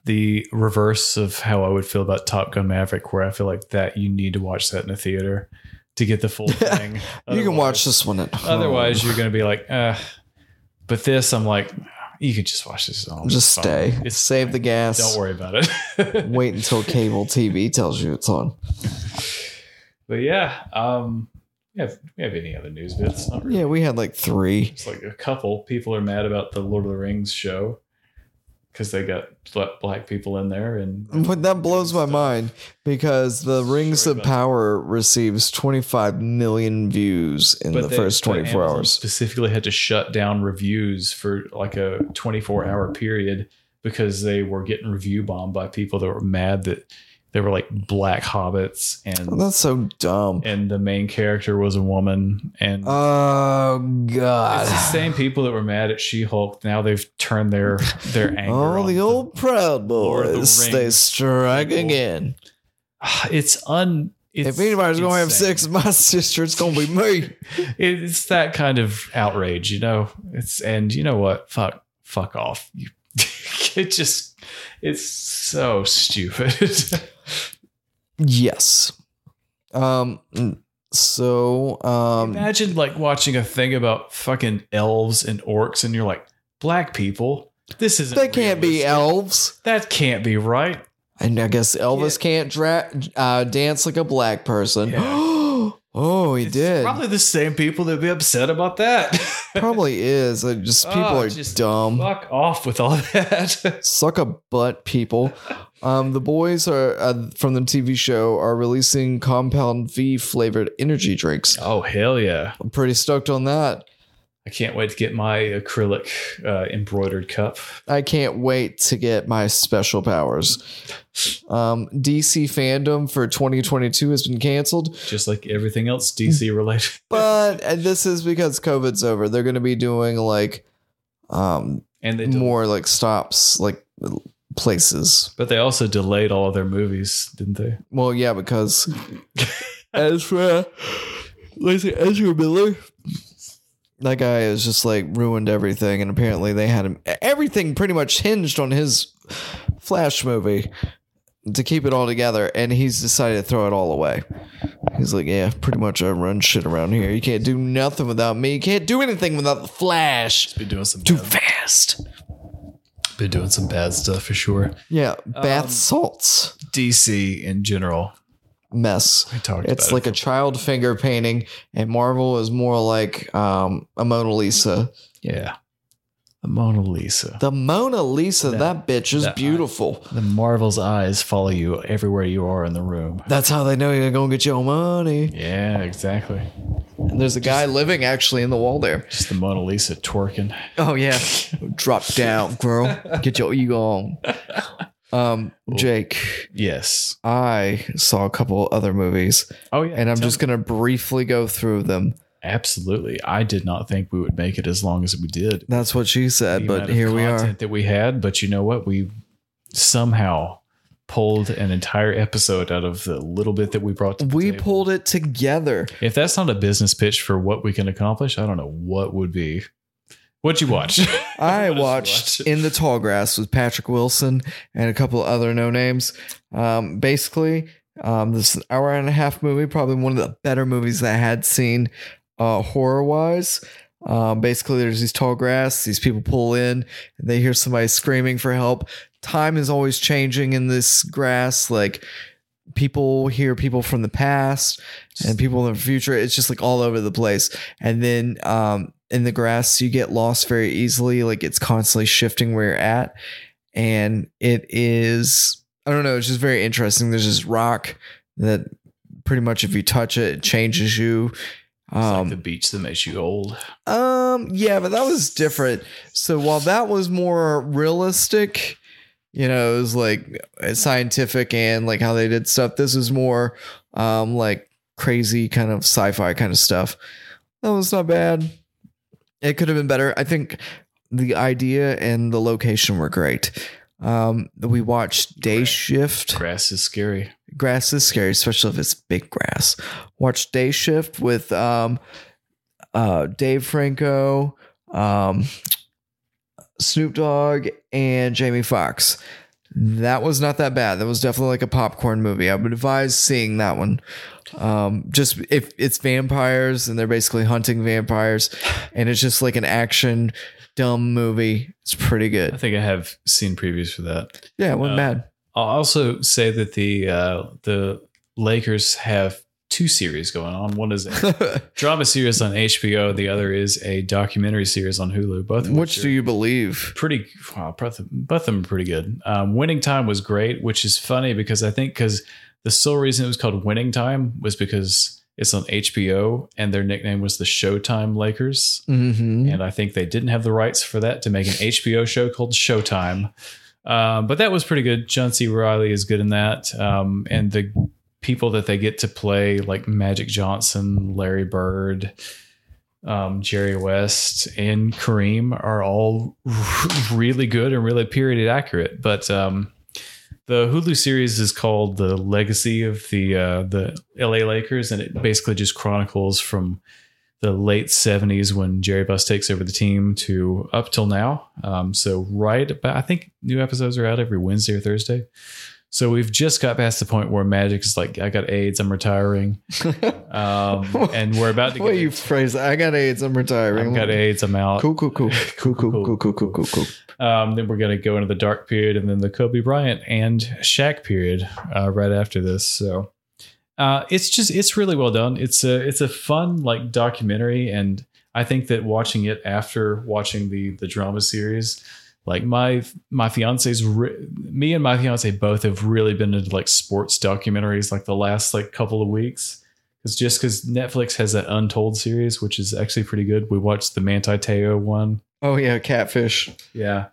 the reverse of how I would feel about Top Gun Maverick, where I feel like that you need to watch that in a theater to get the full thing. You can Otherwise- watch this one at home. Otherwise, you're going to be like, uh, but this, I'm like, you could just watch this at home. just It's stay. fine. It's Save the gas. Don't worry about it. Wait until cable TV tells you it's on. but yeah, um, we have we have any other news bits? Not really. Yeah, we had like three. It's like a couple people are mad about the Lord of the Rings show because they got bla- black people in there, and But that blows my Stuff. mind because the Rings Sorry of about that. Power receives 25 million views in the they- first but 24 Amazon hours. Specifically, had to shut down reviews for like a 24 hour period because they were getting review bombed by people that were mad that they were like black hobbits and Oh, That's so dumb. and the main character was a woman and. Oh god. it's the same people that were mad at She-Hulk. Now they've turned their their anger. Oh, on the them. old Proud Lord of the Boys. they Rings strike people. again. It's un. It's if anybody's going to have insane. sex with my sister, it's going to be me. it's that kind of outrage, you know. It's and you know what? Fuck, fuck off. You, it just, it's so stupid. yes. Um. So, um, Imagine like watching a thing about fucking elves and orcs, and you're like, black people. This isn't. they can't be realistic. elves. That can't be right. And I guess Elvis can't dra- uh, dance like a black person. Yeah. oh, he It's did. Probably, Probably the same people that be upset about that. is. I just people Oh, are just dumb. Fuck off with all that. Suck a butt, people. Um, the boys are uh, from the TV show are releasing Compound V flavored energy drinks. oh hell yeah! I'm pretty stoked on that. I can't wait to get my acrylic uh, embroidered cup. I can't wait to get my special powers. Um, DC fandom for 2022 has been canceled, just like everything Hmm. else DC related. but and this is because COVID's over. They're going to be doing like um, And they del- more like stops, like places. but they also delayed all of their movies, didn't they? Well, yeah, because Ezra, listen, Ezra Miller, that guy has just like ruined everything, and apparently they had him. Everything pretty much hinged on his Flash movie to keep it all together, and he's decided to throw it all away. He's like, yeah, pretty much I run shit around here. You can't do nothing without me. You can't do anything without the Flash. Been doing some Too bad, fast. been doing some bad stuff for sure. Yeah, bath salts DC in general. mess. We talked It's about like a child finger painting, and Marvel is more like um, a Mona Lisa. it. yeah, the Mona Lisa. The Mona Lisa, That- that, bitch is that eye. beautiful. The Marvel's eyes follow you everywhere you are in the room. That's how they know you're gonna get your money. Yeah, exactly. And there's a guy living actually in the wall there. Just the Mona Lisa twerking. Oh yeah, drop down, girl. Get your ego on. Um, Jake, Yes. I saw a couple other movies, Oh yeah. and I'm Tell just me. gonna briefly go through them. absolutely. I did not think we would make it as long as we did. That's what she said, The but amount of here we are. content That we had, but you know what? We somehow pulled an entire episode out of the little bit that we brought. To the We table. pulled it together. If that's not a business pitch for what we can accomplish, I don't know what would be. What'd you watch? I What is watched what? In the Tall Grass with Patrick Wilson and a couple other no names. Um, basically, um, this is an hour and a half movie, probably one of the better movies that I had seen uh, horror wise. Um, basically, there's these tall grass, these people pull in, and they hear somebody screaming for help. Time is always changing in this grass. Like, people hear people from the past and people in the future. It's just like all over the place. And then um, in the grass, you get lost very easily. Like it's constantly shifting where you're at. And it is, I don't know, it's just very interesting. There's this rock that pretty much if you touch it, it changes you. It's Um, like the beach that makes you old. um, yeah, but that was different. So while that was more realistic, you know, it was like scientific and like how they did stuff. This is more um like crazy kind of sci-fi kind of stuff. That was not bad. It could have been better. I think the idea and the location were great. Um, we watched Day Shift Grass is scary. grass is scary, especially if it's big grass. Watch Day Shift with um, uh, Dave Franco, um, Snoop Dogg, and Jamie Foxx. That was not that bad. That was definitely like a popcorn movie. I would advise seeing that one. Um, just if it's vampires and they're basically hunting vampires, and it's just like an action dumb movie. It's pretty I good. think I have seen previews for that. Yeah, it wasn't Uh, bad. I'll also say that the uh, the Lakers have two series going on. One is a drama series on HBO. The other is a documentary series on Hulu. Both of Which which do are you believe? pretty wow, both of both of them are pretty good. Um, Winning Time was great, which is funny because I think because the sole reason it was called Winning Time was because it's on HBO and their nickname was the Showtime Lakers. Mm-hmm. And I think they didn't have the rights for that to make an HBO show called Showtime. Um, but that was pretty good. John C. Riley is good in that. Um, and the people that they get to play, like Magic Johnson, Larry Bird, um, Jerry West, and Kareem, are all really good and really period accurate. But um, the Hulu series is called "The Legacy of the uh, the L.A. Lakers," and it basically just chronicles from the late '70s when Jerry Buss takes over the team to up till now. Um, so right, about, I think new episodes are out every Wednesday or Thursday. So we've just got past the point where Magic is like, "I got AIDS, I'm retiring," um, and we're about to What get. you phrase that? I got AIDS. I'm retiring. I've got AIDS. I'm out. Cool, cool, cool, cool, cool, cool, cool, cool, cool, cool. Um, then we're going to go into the dark period and then the Kobe Bryant and Shaq period uh, right after this. So uh, it's just it's really well done. It's a it's a fun like documentary, and I think that watching it after watching the the drama series, like my my fiance's re- me and my fiance both have really been into like sports documentaries like the last like couple of weeks. It's just because Netflix has that Untold series, which is actually pretty good. We watched the Manti Te'o one. Oh yeah, catfish. Yeah,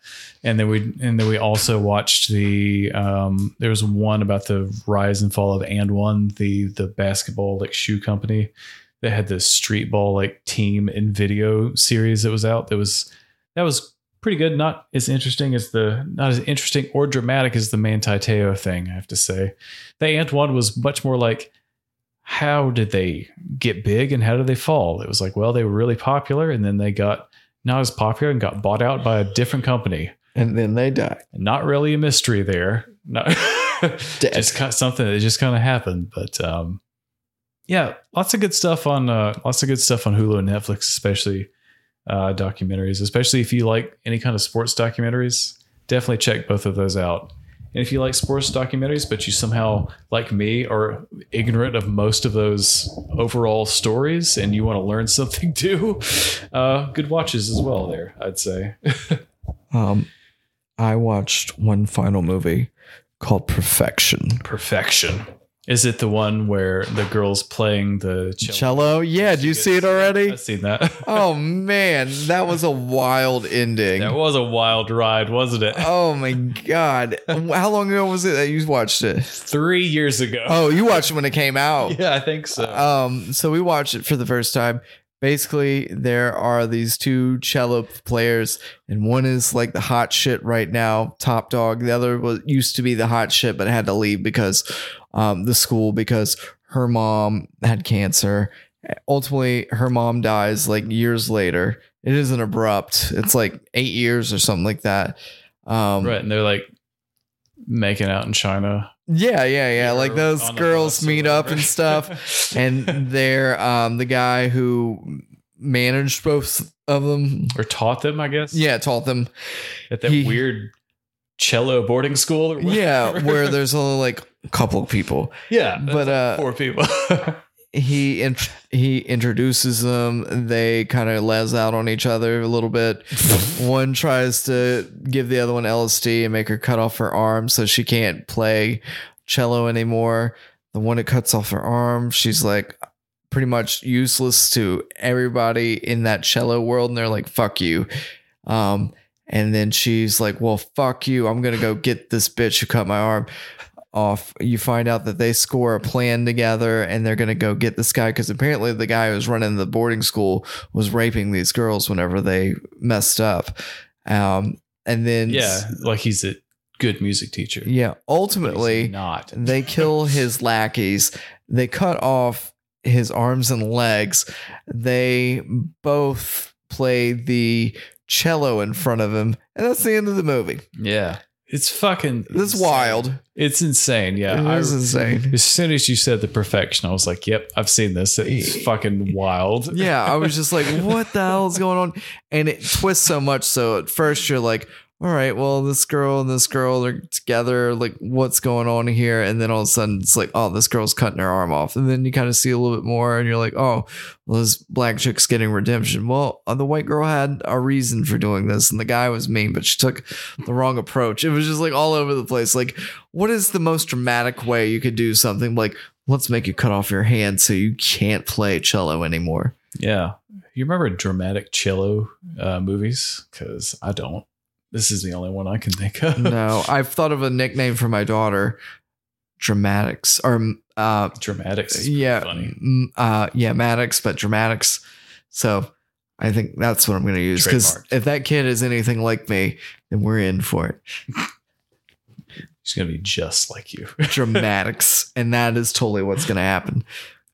and then we and then we also watched the um, there was one about the rise and fall of and one the the basketball like shoe company that had this street ball like team and video series that was out that was that was pretty good not as interesting as the not as interesting or dramatic as the Manti Te'o thing I have to say the ant one was much more like how did they get big and how did they fall it was like well they were really popular and then they got not as popular and got bought out by a different company. and then they die. Not really a mystery there. No, just kind something that just kind of happened. But um, yeah, lots of good stuff on uh, lots of good stuff on Hulu and Netflix, especially uh, documentaries. Especially if you like any kind of sports documentaries, definitely check both of those out. And if you like sports documentaries, but you somehow, like me, are ignorant of most of those overall stories and you want to learn something too, uh, good watches as well there, I'd say. Um, I watched one final movie called Perfection. Perfection. Is it the one where the girl's playing the cello? Cello? Yeah, do you see it already? I've seen that. Oh man, that was a wild ending. that was a wild ride, wasn't it? Oh my god, how long ago was it that you watched it? Three years ago. Oh, you watched it when it came out. yeah, I think so. Oh. Um, so we watched it for the first time. Basically, there are these two cello players, and one is like the hot shit right now, top dog. The other was used to be the hot shit, but had to leave because um, the school because her mom had cancer. Ultimately, her mom dies like years later. It isn't abrupt. It's like eight years or something like that. Um, right. And they're like making out in China. yeah, yeah, yeah. Like Or those on the girls bus or meet up whatever. and stuff. and they're um, the guy who managed both of them. or taught them, I guess. Yeah, taught them. At that He- weird cello boarding school. Or whatever. Yeah, where there's only like a couple of people. yeah, that's But like uh, four people. he int- he introduces them. They kind of les out on each other a little bit. one tries to give the other one LSD and make her cut off her arm so she can't play cello anymore. The one that cuts off her arm, she's like pretty much useless to everybody in that cello world, and they're like, "Fuck you." Um, and then she's like, "Well, fuck you. I'm gonna go get this bitch who cut my arm." off. You find out that they score a plan together and they're going to go get this guy because apparently the guy who was running the boarding school was raping these girls whenever they messed up. Um, and then, yeah, like he's a good music teacher. yeah, ultimately, He's not. they kill his lackeys. They cut off his arms and legs. They both play the cello in front of him. And that's the end of the movie. Yeah, it's fucking. This is insane. wild. It's insane. Yeah, it I- was insane. as soon as you said the perfection, I was like, "Yep, I've seen this. It's fucking wild." yeah, I was just like, what the hell is going on? And it twists so much. So at first you're like, all right, well, this girl and this girl are together. Like, what's going on here? And then all of a sudden it's like, oh, this girl's cutting her arm off. And then you kind of see a little bit more and you're like, oh, well, this black chick's getting redemption. Well, uh, the white girl had a reason for doing this and the guy was mean, but she took the wrong approach. It was just like all over the place. Like, what is the most dramatic way you could do something? Like, let's make you cut off your hand so you can't play cello anymore. yeah. You remember dramatic cello uh, movies? Because I don't. This is the only one I can think of. no, I've thought of a nickname for my daughter, Dramatics or uh, Dramatics. is yeah, Funny. mm, uh, yeah, Maddox, but Dramatics. So I think that's what I'm going to use because Trademarked. if that kid is anything like me, then we're in for it. She's gonna be just like you. Dramatics, and that is totally what's going to happen.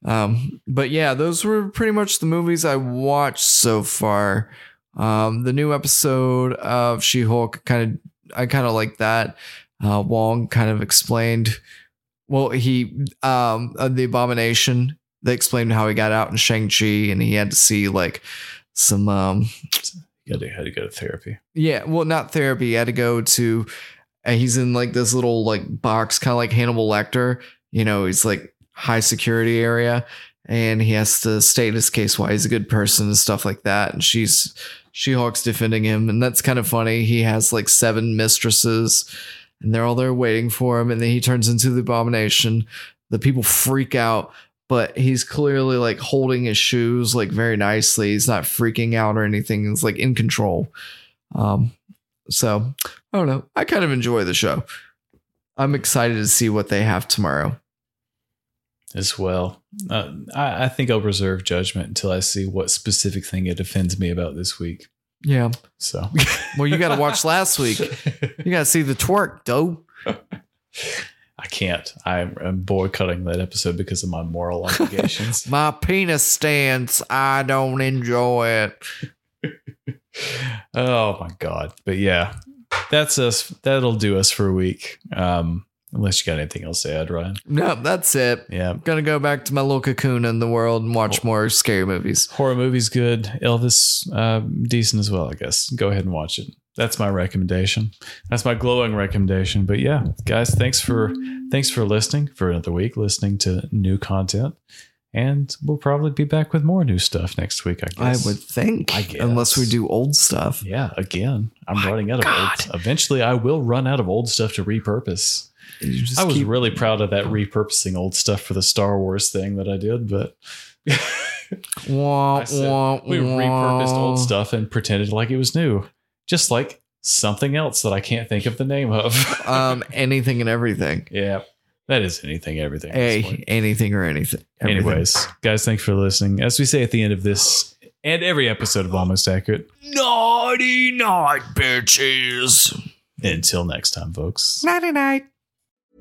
Um, but yeah, those were pretty much the movies I watched so far. Um, the new episode of She Hulk kind of, I kind of like that. Uh, Wong kind of explained, well, he, um, uh, the abomination, they explained how he got out in Shang-Chi and he had to see like some, um, You gotta, had to go to therapy. yeah, well, not therapy. He had to go to. And he's in like this little like box, kind of like Hannibal Lecter. You know, he's like high security area, and he has to state his case why he's a good person and stuff like that. And she's She Hulk's defending him, and that's kind of funny. He has like seven mistresses, and they're all there waiting for him. And then he turns into the abomination. The people freak out, but he's clearly like holding his shoes like very nicely. He's not freaking out or anything. He's like in control. Um, so I don't know. I kind of enjoy the show. I'm excited to see what they have tomorrow. as well. Uh, I, I think I'll reserve judgment until I see what specific thing it offends me about this week. Yeah. So Well, you got to watch last week. You got to see the twerk, dope. I can't. I'm, I'm boycotting that episode because of my moral obligations. My penis stance. I don't enjoy it. oh my god! But yeah, that's us. That'll do us for a week. Um, unless you got anything else to add, Ryan. No, that's it. Yeah. I'm gonna go back to my little cocoon in the world and Oh. watch more scary movies. Horror movies good. Elvis uh, decent as well, I guess. Go ahead and watch it. That's my recommendation. That's my glowing recommendation. But yeah, guys, thanks for thanks for listening for another week, listening to new content. And we'll probably be back with more new stuff next week, I guess. I would think, I guess. unless we do old stuff. Yeah, again, I'm My running out God. of old. Eventually, I will run out of old stuff to repurpose. You just I was keep- really proud of that repurposing old stuff for the Star Wars thing that I did, but Wah, I said, wah, we wah. repurposed old stuff and pretended like it was new, just like something else that I can't think of the name of. um, anything and everything. yeah, that is anything, everything. at this point. Hey, anything or anything. Everything. anyways, guys, thanks for listening. As we say at the end of this and every episode of Almost Accurate, naughty night, bitches. until next time, folks. Nighty night.